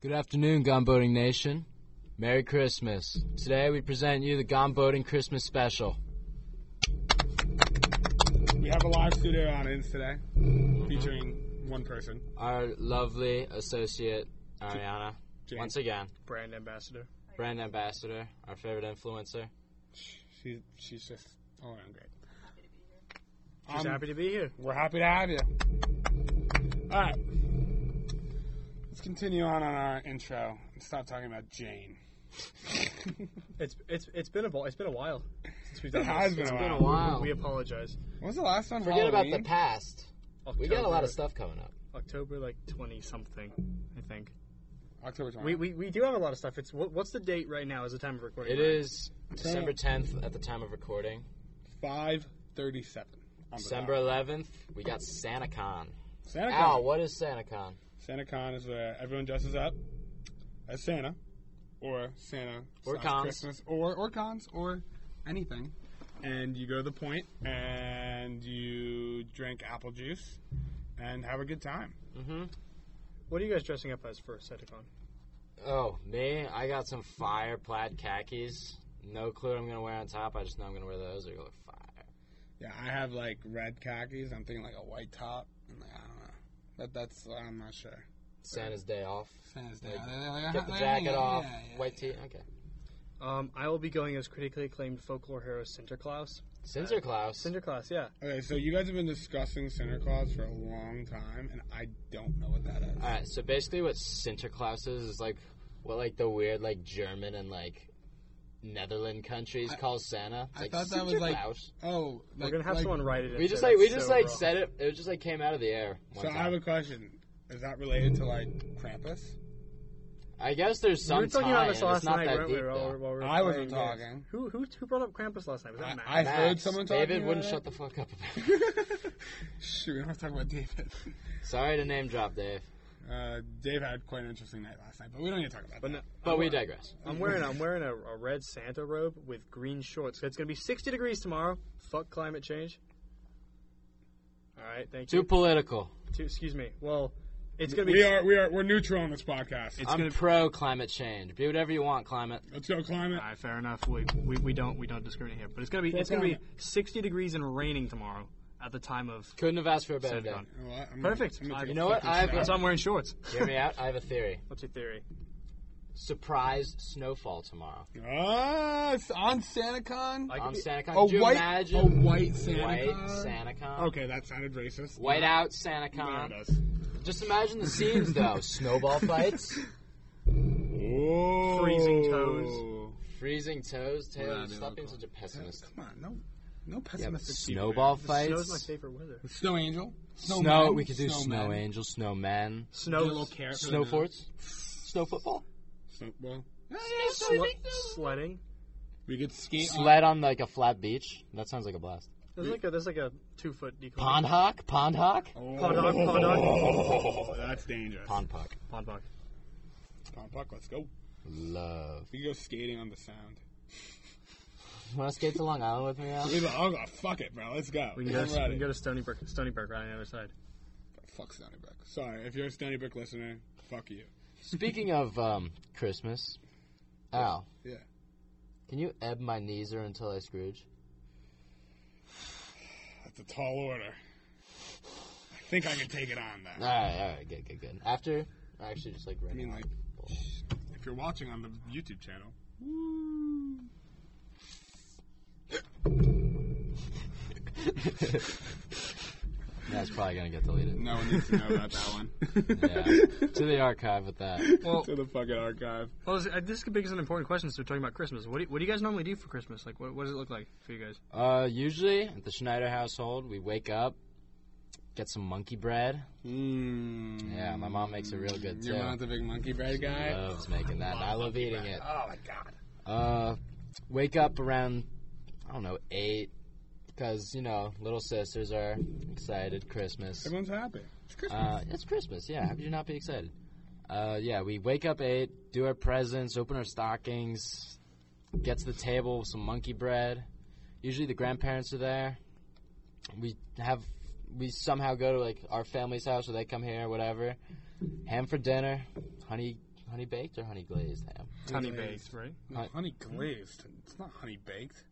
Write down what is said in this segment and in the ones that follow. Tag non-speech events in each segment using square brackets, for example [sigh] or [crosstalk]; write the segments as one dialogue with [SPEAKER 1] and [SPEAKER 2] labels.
[SPEAKER 1] Good afternoon, Gunboating Nation. Merry Christmas. Today we present you the Gunboating Christmas Special.
[SPEAKER 2] We have a live studio audience today featuring one person,
[SPEAKER 1] Our lovely associate, Ariana,
[SPEAKER 2] Jane,
[SPEAKER 1] once again,
[SPEAKER 3] brand ambassador.
[SPEAKER 1] brand ambassador, our favorite influencer.
[SPEAKER 2] she, she's just all around great.
[SPEAKER 3] Just
[SPEAKER 2] Um,
[SPEAKER 3] happy to be here.
[SPEAKER 2] We're happy to have you. All right. Let's continue on on our intro and stop talking about Jane.
[SPEAKER 3] It's it's it's been a while. It's been a while since we've
[SPEAKER 2] It
[SPEAKER 3] done
[SPEAKER 2] has
[SPEAKER 3] this.
[SPEAKER 2] been a
[SPEAKER 1] Been a
[SPEAKER 2] while.
[SPEAKER 1] while.
[SPEAKER 3] We apologize.
[SPEAKER 2] When was the last time?
[SPEAKER 1] Forget about
[SPEAKER 2] Halloween?
[SPEAKER 1] the past.
[SPEAKER 3] October,
[SPEAKER 1] We got a lot of stuff coming up.
[SPEAKER 3] October like twenty something, I think.
[SPEAKER 2] October 20th.
[SPEAKER 3] We, we we do have a lot of stuff. It's what, what's the date right now? Is the time of recording?
[SPEAKER 1] It is December 10th at the time of recording.
[SPEAKER 2] 537. on the
[SPEAKER 1] December
[SPEAKER 2] dot.
[SPEAKER 1] 11th, we got SantaCon.
[SPEAKER 2] Santa
[SPEAKER 1] Ow,
[SPEAKER 2] Con.
[SPEAKER 1] what is SantaCon?
[SPEAKER 2] Santa Con is where everyone dresses up as Santa, or Santa
[SPEAKER 1] Or
[SPEAKER 2] slash
[SPEAKER 1] cons.
[SPEAKER 2] Christmas, or or cons, or anything. And you go to the point, and you drink apple juice, and have a good time.
[SPEAKER 1] Mm-hmm.
[SPEAKER 3] What are you guys dressing up as for Ceticon?
[SPEAKER 1] Oh, me? I got some fire plaid khakis. No clue what I'm gonna wear on top. I just know I'm gonna wear those. They're gonna look fire.
[SPEAKER 2] Yeah, I have like red khakis. I'm thinking like a white top. And like, I don't know. That that's I'm not sure.
[SPEAKER 1] Santa's day off.
[SPEAKER 2] Santa's
[SPEAKER 1] Day. Like,
[SPEAKER 2] Like, [laughs]
[SPEAKER 1] Get the jacket off. White tee. Okay.
[SPEAKER 3] Um, I will be going as critically acclaimed folklore hero Sinterklaas.
[SPEAKER 1] Sinterklaas.
[SPEAKER 3] Sinterklaas, yeah.
[SPEAKER 2] Okay, so you guys have been discussing Santa Claus for a long time, and I don't know what that is.
[SPEAKER 1] All right. So basically, what Sinterklaas is is like what like the weird like German and like Netherland countries
[SPEAKER 2] I-
[SPEAKER 1] call Santa. It's
[SPEAKER 2] I
[SPEAKER 1] like
[SPEAKER 2] thought that was, like,
[SPEAKER 1] Sinterklaas.
[SPEAKER 2] Oh, like,
[SPEAKER 3] We're gonna have
[SPEAKER 2] like-
[SPEAKER 3] someone write it.
[SPEAKER 1] We just like we just like said it. It just like came out of the air. One
[SPEAKER 2] So I
[SPEAKER 1] time. I,
[SPEAKER 2] have a question. Is that related to like Krampus?
[SPEAKER 1] guess there's
[SPEAKER 3] We
[SPEAKER 1] some
[SPEAKER 3] were talking
[SPEAKER 1] tie
[SPEAKER 3] about this
[SPEAKER 1] in. It's
[SPEAKER 3] last
[SPEAKER 1] not
[SPEAKER 3] night.
[SPEAKER 1] that
[SPEAKER 3] weren't
[SPEAKER 1] deep
[SPEAKER 3] we, while we
[SPEAKER 1] though.
[SPEAKER 3] were- while we were
[SPEAKER 2] I wasn't
[SPEAKER 3] playing games.
[SPEAKER 2] talking.
[SPEAKER 3] Who who who brought up Krampus last night? Was
[SPEAKER 2] I-
[SPEAKER 3] that Matt?
[SPEAKER 2] I- heard
[SPEAKER 1] Max,
[SPEAKER 2] someone talking
[SPEAKER 1] David
[SPEAKER 2] about
[SPEAKER 1] wouldn't
[SPEAKER 2] it.
[SPEAKER 1] shut the fuck up about it. [laughs]
[SPEAKER 2] [laughs] Shoot, we don't have to talk about David.
[SPEAKER 1] Sorry to name drop, Dave.
[SPEAKER 2] Uh, Dave had quite an interesting night last night, but we don't need to talk about
[SPEAKER 3] But
[SPEAKER 2] that.
[SPEAKER 3] no,
[SPEAKER 1] But we digress.
[SPEAKER 3] I'm wearing I'm wearing a, a red Santa robe with green shorts. It's gonna be 60 degrees tomorrow. Fuck climate change. All right, thank
[SPEAKER 1] Too
[SPEAKER 3] you.
[SPEAKER 1] political.
[SPEAKER 3] Two, excuse me. Well, it's gonna be.
[SPEAKER 2] We are we are we're neutral on this podcast.
[SPEAKER 3] It's
[SPEAKER 1] I'm
[SPEAKER 3] gonna.
[SPEAKER 1] pro climate change. Be whatever you want, climate.
[SPEAKER 2] Let's go climate.
[SPEAKER 3] All right, fair enough. We, we, we don't we don't discriminate here. But it's gonna be it's gonna be 60 degrees and raining tomorrow at the time of.
[SPEAKER 1] Couldn't have asked for a better day.
[SPEAKER 3] Santa.
[SPEAKER 2] You know what? I'm gonna-
[SPEAKER 3] Perfect.
[SPEAKER 2] I'm gonna
[SPEAKER 3] I-
[SPEAKER 2] take
[SPEAKER 3] you
[SPEAKER 2] a
[SPEAKER 1] know what?
[SPEAKER 2] fucking
[SPEAKER 1] I've-
[SPEAKER 2] shower.
[SPEAKER 3] So I'm wearing shorts.
[SPEAKER 1] Hear me out. I have a theory.
[SPEAKER 3] [laughs] What's your theory?
[SPEAKER 1] Surprise snowfall tomorrow
[SPEAKER 2] Ah, it's on SantaCon.
[SPEAKER 3] I
[SPEAKER 1] on
[SPEAKER 3] could be-
[SPEAKER 1] SantaCon.
[SPEAKER 2] a
[SPEAKER 1] Could you
[SPEAKER 2] white,
[SPEAKER 1] imagine?
[SPEAKER 2] a white
[SPEAKER 1] White
[SPEAKER 2] SantaCon.
[SPEAKER 1] SantaCon.
[SPEAKER 2] Okay, that sounded racist.
[SPEAKER 1] White
[SPEAKER 2] [laughs]
[SPEAKER 1] out
[SPEAKER 2] There
[SPEAKER 1] SantaCon.
[SPEAKER 2] it is.
[SPEAKER 1] Just imagine the scenes
[SPEAKER 2] [laughs]
[SPEAKER 1] though. Snowball fights,
[SPEAKER 2] Whoa.
[SPEAKER 3] Freezing toes.
[SPEAKER 1] freezing toes,
[SPEAKER 2] Nah,
[SPEAKER 1] tails.
[SPEAKER 2] dude,
[SPEAKER 1] Stop being
[SPEAKER 2] I'll-
[SPEAKER 1] such a pessimist.
[SPEAKER 2] Come on, no, no
[SPEAKER 1] Yeah, but
[SPEAKER 2] pessimistic. people
[SPEAKER 1] snowball
[SPEAKER 2] here.
[SPEAKER 3] Snow's my
[SPEAKER 1] fights.
[SPEAKER 3] favorite weather.
[SPEAKER 2] Snow angel.
[SPEAKER 1] Snow. We could do
[SPEAKER 2] snowmen.
[SPEAKER 1] snow angel, snowman,
[SPEAKER 2] Get
[SPEAKER 3] Snow.
[SPEAKER 2] a little carrot. for the
[SPEAKER 1] snow
[SPEAKER 2] nose.
[SPEAKER 1] forts, snow football,
[SPEAKER 2] Snow, well,
[SPEAKER 3] sle- sledding.
[SPEAKER 2] we could skate. on-
[SPEAKER 1] sled on like a flat beach. That sounds like a blast.
[SPEAKER 3] There's like a there's like a two foot decoy.
[SPEAKER 1] Pond hawk, pond hawk,
[SPEAKER 2] Oh.
[SPEAKER 3] Pond hog, pond
[SPEAKER 1] Oh,
[SPEAKER 3] hog.
[SPEAKER 2] That's dangerous.
[SPEAKER 1] pond puck.
[SPEAKER 3] Pond bug.
[SPEAKER 2] Pond puck, let's go.
[SPEAKER 1] Love.
[SPEAKER 2] We can go skating on the sound.
[SPEAKER 1] You want to skate to Long Island with me? Al?
[SPEAKER 2] We go, oh, God, fuck it, bro. Let's go.
[SPEAKER 3] We can, go
[SPEAKER 2] I'm
[SPEAKER 3] to, we
[SPEAKER 2] ready.
[SPEAKER 3] can go to Stony Brook, Stony Brook right on the other side.
[SPEAKER 2] Fuck Stony Brook. Sorry, if you're a Stony Brook listener, fuck you.
[SPEAKER 1] Speaking of um, Christmas, Al,
[SPEAKER 2] Yeah.
[SPEAKER 1] can you ebb my knees or until I Scrooge?
[SPEAKER 2] That's a tall order. I think I can take it on,
[SPEAKER 1] All
[SPEAKER 2] though.
[SPEAKER 1] right, all right, good, good, good. After, actually, just like right
[SPEAKER 2] I mean,
[SPEAKER 1] now.
[SPEAKER 2] like, if you're watching on the YouTube channel, [laughs]
[SPEAKER 1] That's probably gonna get deleted.
[SPEAKER 2] no one needs to know about that one.
[SPEAKER 1] [laughs] Yeah, to the archive with that.
[SPEAKER 3] Well,
[SPEAKER 2] [laughs] to the fucking archive.
[SPEAKER 3] well this, uh, this could be an important question. So we're talking about Christmas. What do, you, what do you guys normally do for Christmas? Like, what, what does it look like for you guys?
[SPEAKER 1] Uh, usually at the Schneider household, we wake up, get some monkey bread.
[SPEAKER 2] Mm.
[SPEAKER 1] Yeah, my mom makes it real good
[SPEAKER 2] Your
[SPEAKER 1] too.
[SPEAKER 2] mom's a big monkey bread guy.
[SPEAKER 1] Loves making that. and I love eating it.
[SPEAKER 2] Oh my god.
[SPEAKER 1] Uh, wake up around I don't know eight because you know little sisters are excited. Christmas.
[SPEAKER 2] Everyone's happy. It's Christmas.
[SPEAKER 1] Uh, it's Christmas. Yeah, how could you not be excited? Uh, yeah, we wake up eight, do our presents, open our stockings, get to the table with some monkey bread. Usually the grandparents are there. We have we somehow go to like our family's house or they come here or whatever. Ham for dinner, honey honey baked or honey glazed ham?
[SPEAKER 3] Honey
[SPEAKER 2] glazed.
[SPEAKER 3] baked, right?
[SPEAKER 2] No,
[SPEAKER 1] Hon- hmm?
[SPEAKER 2] honey glazed. It's not honey baked.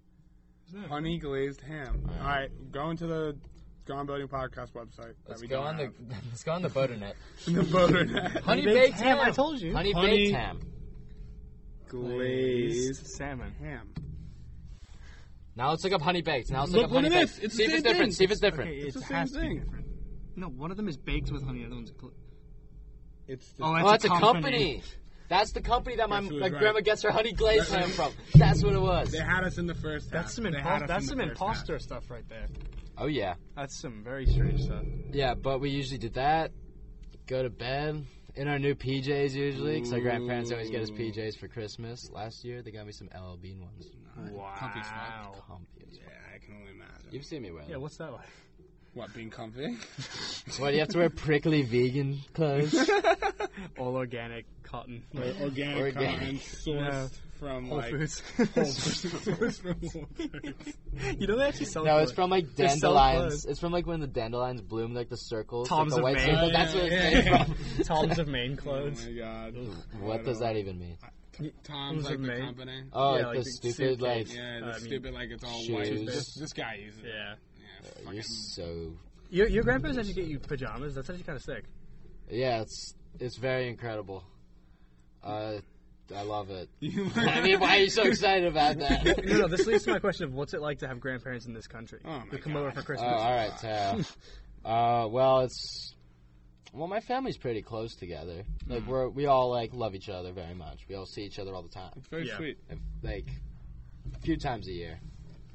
[SPEAKER 3] Isn't it?
[SPEAKER 2] Honey glazed ham.
[SPEAKER 1] All right.
[SPEAKER 2] All right, go into the Gone Building Podcast website.
[SPEAKER 1] Let's go on
[SPEAKER 2] [laughs]
[SPEAKER 1] the [laughs] let's go on the boat net.
[SPEAKER 2] the the boater net.
[SPEAKER 1] [laughs] Honey
[SPEAKER 3] baked
[SPEAKER 1] baked
[SPEAKER 3] ham,
[SPEAKER 1] ham.
[SPEAKER 3] I told you.
[SPEAKER 1] Honey
[SPEAKER 2] Honey-
[SPEAKER 1] baked ham.
[SPEAKER 2] glazed
[SPEAKER 3] salmon.
[SPEAKER 2] ham.
[SPEAKER 1] Now let's look up honey baked. Now let's
[SPEAKER 2] Look-
[SPEAKER 1] look, up
[SPEAKER 2] look
[SPEAKER 1] honey
[SPEAKER 2] at
[SPEAKER 1] baked.
[SPEAKER 2] this. It's
[SPEAKER 1] See
[SPEAKER 2] the
[SPEAKER 1] if it's
[SPEAKER 2] same
[SPEAKER 1] different.
[SPEAKER 2] thing.
[SPEAKER 1] See if it's different.
[SPEAKER 3] Okay,
[SPEAKER 2] It's
[SPEAKER 3] it
[SPEAKER 2] the
[SPEAKER 3] has
[SPEAKER 2] same
[SPEAKER 3] to be
[SPEAKER 2] thing.
[SPEAKER 3] different. No, one of them is baked with honey. The other one's gl-
[SPEAKER 2] It's the,
[SPEAKER 3] oh,
[SPEAKER 1] oh, that's a company. That's the company that my,
[SPEAKER 2] Guess who
[SPEAKER 1] my
[SPEAKER 2] was right.
[SPEAKER 1] grandma gets her honey glazed
[SPEAKER 2] Right.
[SPEAKER 1] ham from. That's what it was.
[SPEAKER 2] They had us in the first half.
[SPEAKER 3] That's some
[SPEAKER 2] They had
[SPEAKER 3] impo-
[SPEAKER 2] us
[SPEAKER 3] that's
[SPEAKER 2] in the
[SPEAKER 3] some
[SPEAKER 2] first half.
[SPEAKER 3] imposter stuff right there.
[SPEAKER 1] Oh yeah,
[SPEAKER 3] That's some very strange stuff.
[SPEAKER 1] yeah. But we usually did that. Go to bed in our new PJs usually, because our grandparents always get us
[SPEAKER 2] Ooh.
[SPEAKER 1] PJs for Christmas. Last year they got me some LL Bean ones.
[SPEAKER 2] Comfy smock.
[SPEAKER 3] Wow.
[SPEAKER 1] Comfy as
[SPEAKER 2] Yeah, I can only imagine.
[SPEAKER 1] You've seen me wear
[SPEAKER 3] Yeah,
[SPEAKER 1] them.
[SPEAKER 3] what's that like?
[SPEAKER 2] What, being comfy?
[SPEAKER 1] What, you have to wear prickly vegan clothes?
[SPEAKER 3] [laughs] [laughs] All organic [laughs] cotton.
[SPEAKER 2] Or- organic,
[SPEAKER 1] Organic.
[SPEAKER 2] cotton sourced
[SPEAKER 3] Yeah.
[SPEAKER 2] from
[SPEAKER 3] Whole
[SPEAKER 2] like
[SPEAKER 3] Foods. [laughs]
[SPEAKER 2] Whole Foods. from Whole Foods.
[SPEAKER 3] you know they actually sell.
[SPEAKER 1] no,
[SPEAKER 3] clo-
[SPEAKER 1] it's from like
[SPEAKER 3] They sell clothes.
[SPEAKER 1] dandelions. It's from like when the dandelions bloom, like the circles.
[SPEAKER 3] Tom's
[SPEAKER 1] like, the
[SPEAKER 3] of Maine.
[SPEAKER 1] circle.
[SPEAKER 2] Oh,
[SPEAKER 1] That's
[SPEAKER 2] yeah,
[SPEAKER 1] where it
[SPEAKER 2] yeah,
[SPEAKER 1] came
[SPEAKER 2] yeah.
[SPEAKER 1] from.
[SPEAKER 3] [laughs] Tom's of Maine
[SPEAKER 2] [laughs] Oh
[SPEAKER 3] clothes.
[SPEAKER 2] my god.
[SPEAKER 1] What does that even mean?
[SPEAKER 2] T- Tom's
[SPEAKER 3] Those
[SPEAKER 2] like
[SPEAKER 3] are
[SPEAKER 2] the
[SPEAKER 3] made.
[SPEAKER 2] company.
[SPEAKER 1] Oh,
[SPEAKER 3] Yeah,
[SPEAKER 1] like,
[SPEAKER 3] like
[SPEAKER 1] the
[SPEAKER 3] the
[SPEAKER 1] stupid, like,
[SPEAKER 3] suitcase.
[SPEAKER 2] Yeah, the
[SPEAKER 3] I mean,
[SPEAKER 2] stupid like it's all white.
[SPEAKER 1] shoes.
[SPEAKER 2] This, this guy uses it.
[SPEAKER 3] yeah.
[SPEAKER 2] Yeah,
[SPEAKER 1] you're
[SPEAKER 2] fucking-
[SPEAKER 1] so.
[SPEAKER 3] Your your grandparents actually get you pajamas. That's actually kind of sick.
[SPEAKER 1] Yeah, it's it's very incredible. Uh, I love it.
[SPEAKER 2] [laughs]
[SPEAKER 1] [laughs]
[SPEAKER 2] You-
[SPEAKER 1] I mean, why are you
[SPEAKER 2] [laughs]
[SPEAKER 1] so excited about that?
[SPEAKER 3] [laughs] [laughs] No, no. This leads to my question of what's it like to have grandparents in this country
[SPEAKER 2] Oh my
[SPEAKER 3] who come over
[SPEAKER 2] God.
[SPEAKER 3] for
[SPEAKER 1] Oh,
[SPEAKER 3] Christmas.
[SPEAKER 1] all right, Tara. Uh, well, it's well, my family's pretty close together. Like we're we all like love each other very much. We all see each other all the time,
[SPEAKER 2] It's very
[SPEAKER 3] Yeah.
[SPEAKER 2] sweet.
[SPEAKER 1] If- like a few times a year,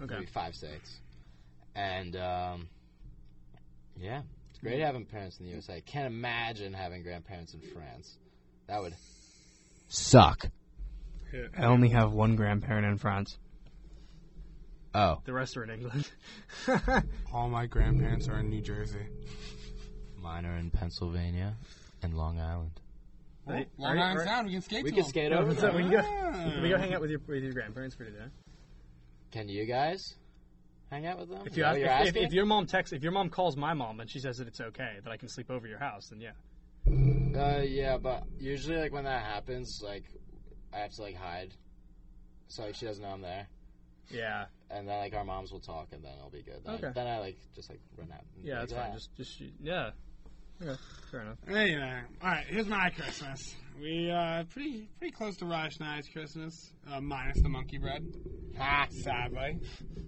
[SPEAKER 3] Okay.
[SPEAKER 1] maybe five six, and um, yeah, it's great having parents in the USA. I can't imagine having grandparents in France. That would suck.
[SPEAKER 2] Yeah.
[SPEAKER 3] I only have one grandparent in France.
[SPEAKER 1] Oh,
[SPEAKER 3] The rest are in England. [laughs]
[SPEAKER 2] All my grandparents are in New Jersey.
[SPEAKER 1] mine are in Pennsylvania and Long Island.
[SPEAKER 3] Right,
[SPEAKER 2] Long
[SPEAKER 3] right,
[SPEAKER 2] Island
[SPEAKER 3] right.
[SPEAKER 2] Sound, we can skate
[SPEAKER 1] We
[SPEAKER 2] to
[SPEAKER 1] can
[SPEAKER 2] them.
[SPEAKER 1] skate
[SPEAKER 3] Yeah,
[SPEAKER 1] over.
[SPEAKER 3] what's up?
[SPEAKER 1] there.
[SPEAKER 3] We can go.
[SPEAKER 2] Ah.
[SPEAKER 3] Can we go hang out with your with your grandparents for today?
[SPEAKER 1] Can you guys hang out with them?
[SPEAKER 3] If
[SPEAKER 1] Is
[SPEAKER 3] you
[SPEAKER 1] that what
[SPEAKER 3] ask, if,
[SPEAKER 1] you're
[SPEAKER 3] if,
[SPEAKER 1] asking?
[SPEAKER 3] if your mom texts, if your mom calls my mom and she says that it's okay that I can sleep over your house, then yeah.
[SPEAKER 1] Uh, yeah, but usually, like, when that happens, like, I have to, like, hide. So, like, she doesn't know I'm there.
[SPEAKER 3] Yeah,
[SPEAKER 1] And then, like, our moms will talk, and then I'll be good. Then,
[SPEAKER 3] Okay.
[SPEAKER 1] then I, like, just, like, run out. and
[SPEAKER 3] yeah,
[SPEAKER 1] do
[SPEAKER 3] that's
[SPEAKER 1] that.
[SPEAKER 3] fine. Just, just shoot. yeah. Okay, fair enough.
[SPEAKER 2] Anyway, all right. Here's my Christmas. We uh pretty pretty close to Rajnai's Christmas, uh, minus the monkey bread. Ha! Sadly,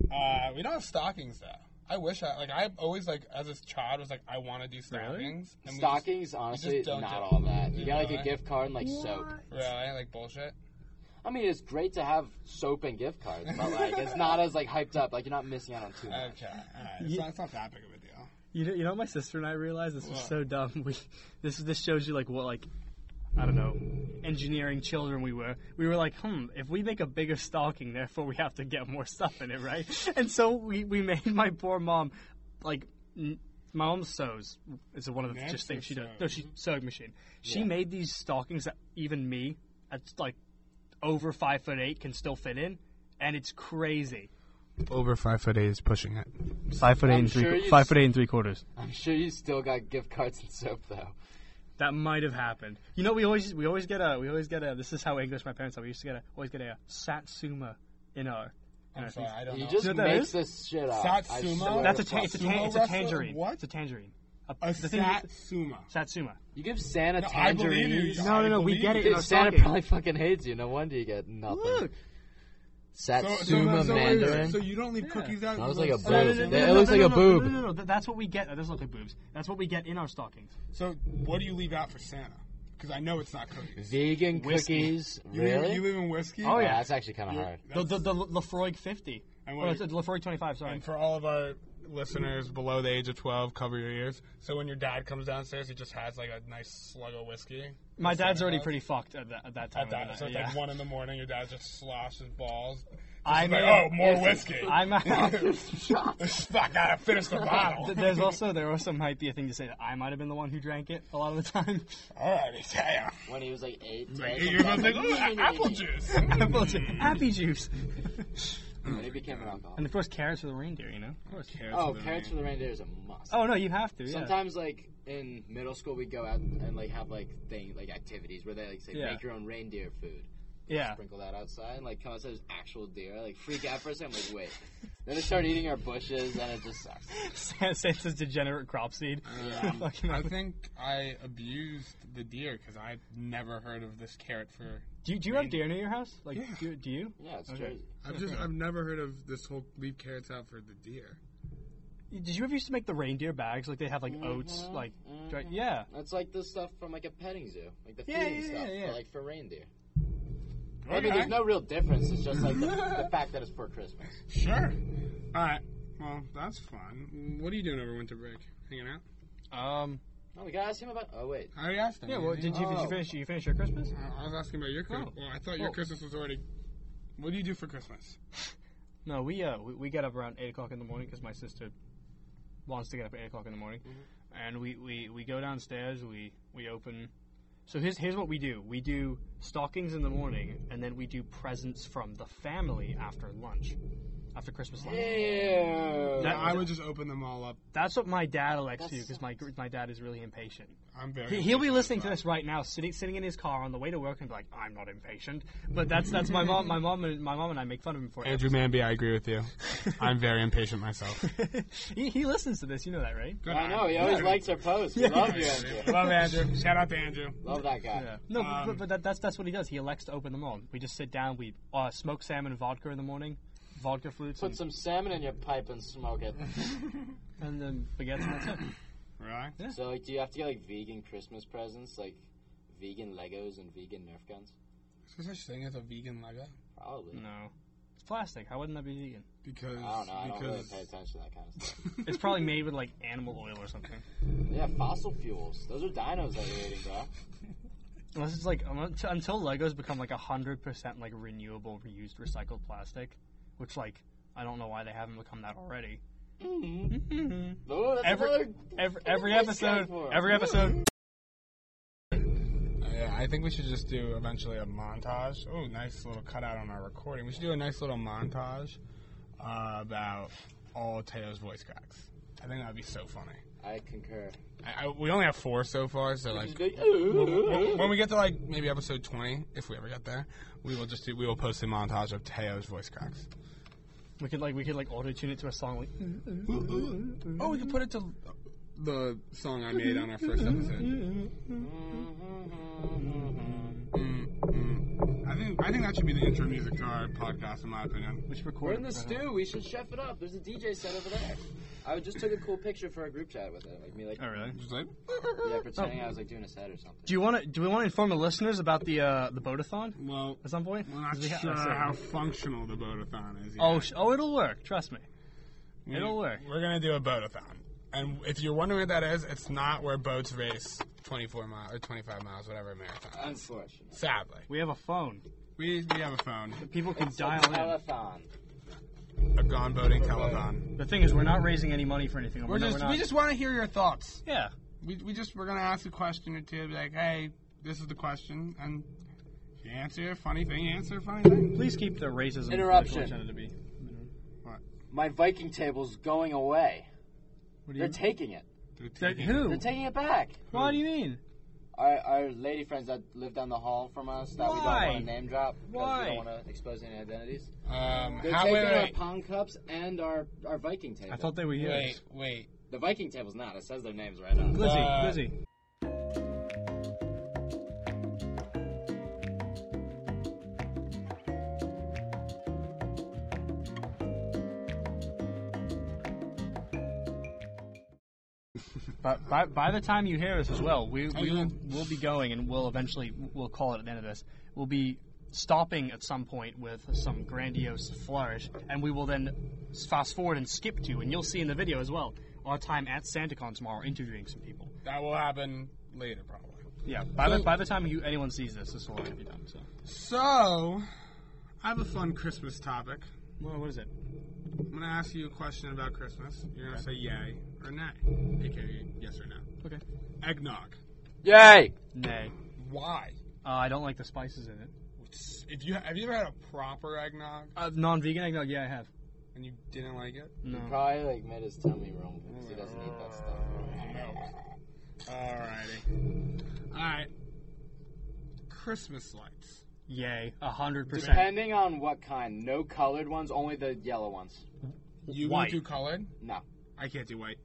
[SPEAKER 2] uh, we don't have stockings though. I wish I like I always like as a child was like I want to do stockings. And we just-
[SPEAKER 1] Stockings, honestly,
[SPEAKER 2] don't
[SPEAKER 1] not
[SPEAKER 2] do-
[SPEAKER 1] all that. You
[SPEAKER 2] you
[SPEAKER 1] got, like,
[SPEAKER 2] know,
[SPEAKER 1] a gift card and, like, soap.
[SPEAKER 2] Really, like bullshit.
[SPEAKER 1] I mean, it's great to have soap and gift cards, but, like, it's not as, like, hyped up. Like, you're not missing out on too much.
[SPEAKER 2] Okay, all right. It's,
[SPEAKER 3] Ye-
[SPEAKER 2] not, it's not that big of a deal.
[SPEAKER 3] You know, you know, what my sister and I realized this was
[SPEAKER 2] What?
[SPEAKER 3] so dumb. [laughs] We, this this shows you like what like, I don't know, engineering children we were. We were like, hmm, if we make a bigger stocking, therefore we have to get more stuff in it, right? [laughs] and so we we made my poor mom, like. N- my mom sews. It's one of the
[SPEAKER 2] Next
[SPEAKER 3] just things
[SPEAKER 2] or
[SPEAKER 3] she does.
[SPEAKER 2] sews?
[SPEAKER 3] No, she sewing machine. She
[SPEAKER 1] Yeah.
[SPEAKER 3] made these stockings that even me, at like over five foot eight, can still fit in, and it's crazy.
[SPEAKER 2] Over five foot eight is pushing it.
[SPEAKER 3] Five foot
[SPEAKER 1] eight I'm and three sure qu- you- five
[SPEAKER 3] foot eight and three quarters.
[SPEAKER 1] I'm sure you still got gift cards and soap, though.
[SPEAKER 3] That might have happened. You know, we always we always get a we always get a. This is how English my parents are. We used to get a always get a uh, satsuma in our. in
[SPEAKER 2] I'm
[SPEAKER 3] our
[SPEAKER 2] sorry,
[SPEAKER 3] things.
[SPEAKER 2] I don't
[SPEAKER 1] You
[SPEAKER 2] know.
[SPEAKER 1] just
[SPEAKER 3] You know what that
[SPEAKER 1] make
[SPEAKER 3] is?
[SPEAKER 1] this shit up. I
[SPEAKER 2] Satsuma?
[SPEAKER 1] swear
[SPEAKER 3] That's
[SPEAKER 1] to
[SPEAKER 3] a ta- it's a, ta-
[SPEAKER 1] fuck.
[SPEAKER 2] Sumo
[SPEAKER 3] it's a
[SPEAKER 2] wrestler?
[SPEAKER 3] tangerine.
[SPEAKER 2] What?
[SPEAKER 3] It's a tangerine.
[SPEAKER 2] a
[SPEAKER 3] the thing you-
[SPEAKER 2] satsuma.
[SPEAKER 3] satsuma.
[SPEAKER 1] You give Santa
[SPEAKER 2] No, I believe you.
[SPEAKER 1] tangerines.
[SPEAKER 2] No, no, no, we get it
[SPEAKER 1] Dude,
[SPEAKER 2] in
[SPEAKER 1] Santa probably fucking hates you. No wonder you get nothing.
[SPEAKER 3] Look,
[SPEAKER 2] So,
[SPEAKER 1] Satsuma
[SPEAKER 2] so, so, so,
[SPEAKER 1] Mandarin.
[SPEAKER 2] so you don't leave
[SPEAKER 3] Yeah.
[SPEAKER 2] cookies out.
[SPEAKER 1] Sounds like
[SPEAKER 2] you leave
[SPEAKER 1] a
[SPEAKER 3] no, no,
[SPEAKER 1] boob.
[SPEAKER 3] no,
[SPEAKER 2] sausage
[SPEAKER 3] no,
[SPEAKER 2] in
[SPEAKER 1] That-
[SPEAKER 3] no,
[SPEAKER 2] there?
[SPEAKER 1] it looks
[SPEAKER 3] no,
[SPEAKER 1] like
[SPEAKER 3] no,
[SPEAKER 1] a
[SPEAKER 3] no,
[SPEAKER 1] boob.
[SPEAKER 3] No, no, no, no. That- That's what we get. That doesn't look like boobs. That's what we get in our stockings.
[SPEAKER 2] So what do you leave out for Santa? Because I know it's not cookies.
[SPEAKER 1] Vegan
[SPEAKER 3] Whiskey.
[SPEAKER 1] cookies.
[SPEAKER 2] You
[SPEAKER 1] really?
[SPEAKER 2] Leave, you leave in whiskey.
[SPEAKER 3] Oh, yeah.
[SPEAKER 1] that's actually kind of hard.
[SPEAKER 3] The the, the Lefroy fifty.
[SPEAKER 2] And,
[SPEAKER 3] Or
[SPEAKER 2] when
[SPEAKER 3] the Lefroy twenty five. Sorry.
[SPEAKER 2] and for all of our listeners below the age of twelve, cover your ears. So when your dad comes downstairs, he just has like a nice slug of whiskey.
[SPEAKER 3] My dad's
[SPEAKER 2] Santa
[SPEAKER 3] already
[SPEAKER 2] Claus.
[SPEAKER 3] pretty fucked at that, at that time.
[SPEAKER 2] At
[SPEAKER 3] of
[SPEAKER 2] that,
[SPEAKER 3] night,
[SPEAKER 2] so it's
[SPEAKER 3] Oh, yeah.
[SPEAKER 2] like one in the morning. Your dad just sloshed his balls.
[SPEAKER 3] I
[SPEAKER 2] He's like,
[SPEAKER 3] made
[SPEAKER 2] oh,
[SPEAKER 3] a-
[SPEAKER 2] more whiskey. [laughs]
[SPEAKER 3] I'm [laughs] out.
[SPEAKER 2] I gotta finish the bottle.
[SPEAKER 3] Th- [laughs] There's also there also might be a thing to say that I might have been the one who drank it a lot of the time.
[SPEAKER 2] Alrighty, damn.
[SPEAKER 1] When he was like eight.
[SPEAKER 3] Oh,
[SPEAKER 2] Like eight years old, I was like, ooh, apple juice.
[SPEAKER 3] Apple ju- Happy juice.
[SPEAKER 1] when he became an alcoholic.
[SPEAKER 3] And of course, carrots for the reindeer. You know. Of course.
[SPEAKER 1] Oh, Parents for the Reindeer is a must.
[SPEAKER 3] Oh no, you have to. Yeah.
[SPEAKER 1] Sometimes, like in middle school, we go out and like have like thing like activities where they like say
[SPEAKER 3] Yeah.
[SPEAKER 1] make your own reindeer food.
[SPEAKER 3] Yeah.
[SPEAKER 1] Sprinkle that outside, and like come outside, there's actual deer. I, like freak out for a second, I'm like wait. then they start eating our bushes, and it just sucks.
[SPEAKER 3] Santa's degenerate crop seed. [laughs]
[SPEAKER 2] Um,
[SPEAKER 3] Fucking-
[SPEAKER 2] I think I abused the deer because I'd never heard of this carrot for.
[SPEAKER 3] do you, do you have deer near your house? Like,
[SPEAKER 2] Yeah.
[SPEAKER 3] do, do you?
[SPEAKER 1] Yeah, it's
[SPEAKER 3] Okay.
[SPEAKER 1] crazy.
[SPEAKER 2] I've just I've never heard of this whole leave carrots out for the deer.
[SPEAKER 3] Did you ever used to make the reindeer bags? Like they have like oats,
[SPEAKER 2] Mm-hmm.
[SPEAKER 1] Mhm,
[SPEAKER 3] like
[SPEAKER 1] mhm.
[SPEAKER 3] dry- yeah.
[SPEAKER 1] That's like the stuff from like a petting zoo, like the
[SPEAKER 3] Yeah,
[SPEAKER 1] feeding
[SPEAKER 3] yeah,
[SPEAKER 1] stuff,
[SPEAKER 3] yeah, yeah.
[SPEAKER 1] For, like for reindeer. I mean, there's no real difference. It's just like the,
[SPEAKER 3] [laughs]
[SPEAKER 1] the fact that it's for Christmas.
[SPEAKER 2] Sure. All right. Well, that's fun. What are you doing over winter break? Hanging out?
[SPEAKER 3] Um.
[SPEAKER 1] Oh, we gotta ask him about. Oh wait,
[SPEAKER 2] I already asked him.
[SPEAKER 3] Yeah. Well, did you, did you
[SPEAKER 1] Oh.
[SPEAKER 3] finish? You finish your Christmas?
[SPEAKER 2] I I was asking about your Christmas.
[SPEAKER 3] Oh.
[SPEAKER 2] Well, I thought your
[SPEAKER 3] Oh.
[SPEAKER 2] Christmas was already. What do you do for Christmas?
[SPEAKER 3] No, we uh we, we get up around eight o'clock in the morning because my sister wants to get up at eight o'clock in the morning, and we, we we go downstairs. We we open. So here's here's what we do. We do stockings in the morning, and then we do presents from the family after lunch, after Christmas lunch.
[SPEAKER 1] Ew.
[SPEAKER 3] That-
[SPEAKER 2] I would just open them all up.
[SPEAKER 3] That's what my dad elects to do
[SPEAKER 1] That's-
[SPEAKER 3] because my gr- my dad is really impatient.
[SPEAKER 2] I'm very.
[SPEAKER 3] He, he'll be listening to this right now, sitting sitting in his car on the way to work, and be like, "I'm not impatient." But that's that's my mom. My mom and my mom and I make fun of him for it.
[SPEAKER 2] Andrew Manby, I agree with you. I'm very impatient [laughs] myself.
[SPEAKER 3] [laughs] he, he listens to this. You know that, right?
[SPEAKER 2] Good
[SPEAKER 1] I know. He always likes our posts. We love you, Andrew.
[SPEAKER 2] Love Andrew. Shout out to Andrew.
[SPEAKER 1] Love that guy.
[SPEAKER 3] No, but-
[SPEAKER 2] Um,
[SPEAKER 3] but, but that, that's that's what he does. He elects to open them all. We just sit down. We uh, smoke salmon vodka in the morning, vodka flutes,
[SPEAKER 1] Put
[SPEAKER 3] and,
[SPEAKER 1] some salmon in your pipe and smoke it.
[SPEAKER 3] and then baguettes,
[SPEAKER 1] [clears throat]
[SPEAKER 3] and that's it.
[SPEAKER 2] Really?
[SPEAKER 1] so, like, do you have to get like vegan Christmas presents, like vegan Legos and vegan Nerf guns?
[SPEAKER 2] Is there such thing as a vegan Lego?
[SPEAKER 1] Probably.
[SPEAKER 3] No, it's plastic. How wouldn't that be
[SPEAKER 1] [laughs]
[SPEAKER 3] vegan?
[SPEAKER 2] Because
[SPEAKER 1] I don't know. I don't really
[SPEAKER 2] because
[SPEAKER 1] pay attention to that kind of stuff.
[SPEAKER 3] It's probably made with like animal oil or something.
[SPEAKER 1] yeah, fossil fuels. Those are dinos that you're eating, bro.
[SPEAKER 3] Unless it's like un- until Legos become like hundred percent like renewable, reused, recycled plastic, which like I don't know why they haven't become that already.
[SPEAKER 1] Oh, that's
[SPEAKER 3] Every- [laughs]
[SPEAKER 1] another.
[SPEAKER 3] Every every
[SPEAKER 1] What is that
[SPEAKER 3] episode,
[SPEAKER 1] for?
[SPEAKER 3] every episode.
[SPEAKER 2] Uh, yeah, I think we should just do eventually a montage. Oh, nice little cutout on our recording. We should do a nice little montage uh, about all Teo's voice cracks. I think that'd be so funny.
[SPEAKER 1] I concur.
[SPEAKER 2] I, I, we only have four so far, so like
[SPEAKER 1] Just big- Mm-hmm,
[SPEAKER 2] when when we get to like maybe episode twenty, if we ever get there, we will just do we will post a montage of Teo's voice cracks.
[SPEAKER 3] We could like we could like auto tune it to a song like
[SPEAKER 2] Oh, we can put it to the song I made on our first episode.
[SPEAKER 1] Mm-hmm.
[SPEAKER 2] Mm, I think I think that should be the intro music to our podcast, in my opinion.
[SPEAKER 3] which
[SPEAKER 1] We're
[SPEAKER 3] recorded.
[SPEAKER 1] in the stew. We should chef it up. There's a DJ set over there. I just took a cool picture for a group chat with it. Like me, like
[SPEAKER 3] Oh really?
[SPEAKER 2] Just like
[SPEAKER 1] yeah,
[SPEAKER 3] Oh.
[SPEAKER 1] pretending I was like doing a set or something.
[SPEAKER 3] Do you want to? Do we want to inform the listeners about the uh, the boatathon
[SPEAKER 2] well,
[SPEAKER 3] at some point?
[SPEAKER 2] we're not
[SPEAKER 3] Because we ha-
[SPEAKER 2] sure
[SPEAKER 3] that's it.
[SPEAKER 2] uh, how functional the boatathon is. yet.
[SPEAKER 3] Oh, sh- oh, it'll work. Trust me.
[SPEAKER 2] We-
[SPEAKER 3] it'll work.
[SPEAKER 2] We're gonna do a boatathon, and if you're wondering what that is, it's not where boats race 24 miles or 25 miles, whatever marathon.
[SPEAKER 1] Unfortunate.
[SPEAKER 2] Sadly,
[SPEAKER 3] We have a phone.
[SPEAKER 2] Uh, we we have a phone,
[SPEAKER 3] People can
[SPEAKER 1] It's a
[SPEAKER 3] dial in.
[SPEAKER 1] telethon.
[SPEAKER 2] a gone boating telethon.
[SPEAKER 3] The thing is, we're not raising any money for anything.
[SPEAKER 2] We're
[SPEAKER 3] not-
[SPEAKER 2] just
[SPEAKER 3] not-
[SPEAKER 2] we just want to hear your thoughts.
[SPEAKER 3] yeah.
[SPEAKER 2] We we just we're gonna ask a question or two, be like, hey, this is the question, and if you answer a funny thing, you answer a funny thing.
[SPEAKER 3] Please keep the racism
[SPEAKER 1] Interruption.
[SPEAKER 3] political agenda to be.
[SPEAKER 1] My Viking table's going away.
[SPEAKER 3] What do
[SPEAKER 1] They're
[SPEAKER 3] you?
[SPEAKER 1] taking it.
[SPEAKER 3] That- who?
[SPEAKER 1] They're taking it back.
[SPEAKER 3] What do you mean?
[SPEAKER 1] Our, our lady friends that live down the hall from us that we don't
[SPEAKER 3] Why?
[SPEAKER 1] want to name drop because
[SPEAKER 3] Why?
[SPEAKER 1] we don't want to expose any identities.
[SPEAKER 2] Um,
[SPEAKER 1] They're
[SPEAKER 2] how,
[SPEAKER 1] taking
[SPEAKER 2] wait,
[SPEAKER 1] our
[SPEAKER 2] wait,
[SPEAKER 1] pong cups and our, our Viking table.
[SPEAKER 3] I thought they were
[SPEAKER 2] wait,
[SPEAKER 3] yours.
[SPEAKER 2] wait, wait.
[SPEAKER 1] the Viking table's not. It says their names right on. it.
[SPEAKER 3] Lizzie,
[SPEAKER 2] Uh,
[SPEAKER 3] Lizzie. But by, by the time you hear us as well, we, we will, we'll be going and we'll eventually, we'll call it at the end of this, we'll be stopping at some point with some grandiose flourish and we will then s- fast forward and skip to, and you'll see in the video as well, our time at SantaCon tomorrow interviewing some people.
[SPEAKER 2] That will happen later, probably.
[SPEAKER 3] Yeah, by, the, by the time you anyone sees this, this will already be done, so.
[SPEAKER 2] So, I have a fun Christmas topic.
[SPEAKER 3] Well, what is it?
[SPEAKER 2] I'm gonna ask you a question about Christmas. You're gonna say yay or nay, aka yes or no.
[SPEAKER 3] Okay.
[SPEAKER 2] Eggnog.
[SPEAKER 1] Yay!
[SPEAKER 3] Nay.
[SPEAKER 2] Why?
[SPEAKER 3] Uh, I don't like the spices in it.
[SPEAKER 2] If you have you ever had a proper eggnog
[SPEAKER 3] Uh, non-vegan eggnog? Yeah, I have.
[SPEAKER 2] and you didn't like it?
[SPEAKER 3] No.
[SPEAKER 1] He probably like made his tummy wrong because he doesn't eat that stuff.
[SPEAKER 2] No. Alrighty. Alright. Christmas lights.
[SPEAKER 3] Yay, a hundred percent.
[SPEAKER 1] Depending on what kind, no colored ones, only the yellow ones.
[SPEAKER 2] You
[SPEAKER 3] White.
[SPEAKER 2] won't do colored?
[SPEAKER 1] No,
[SPEAKER 2] I can't do white.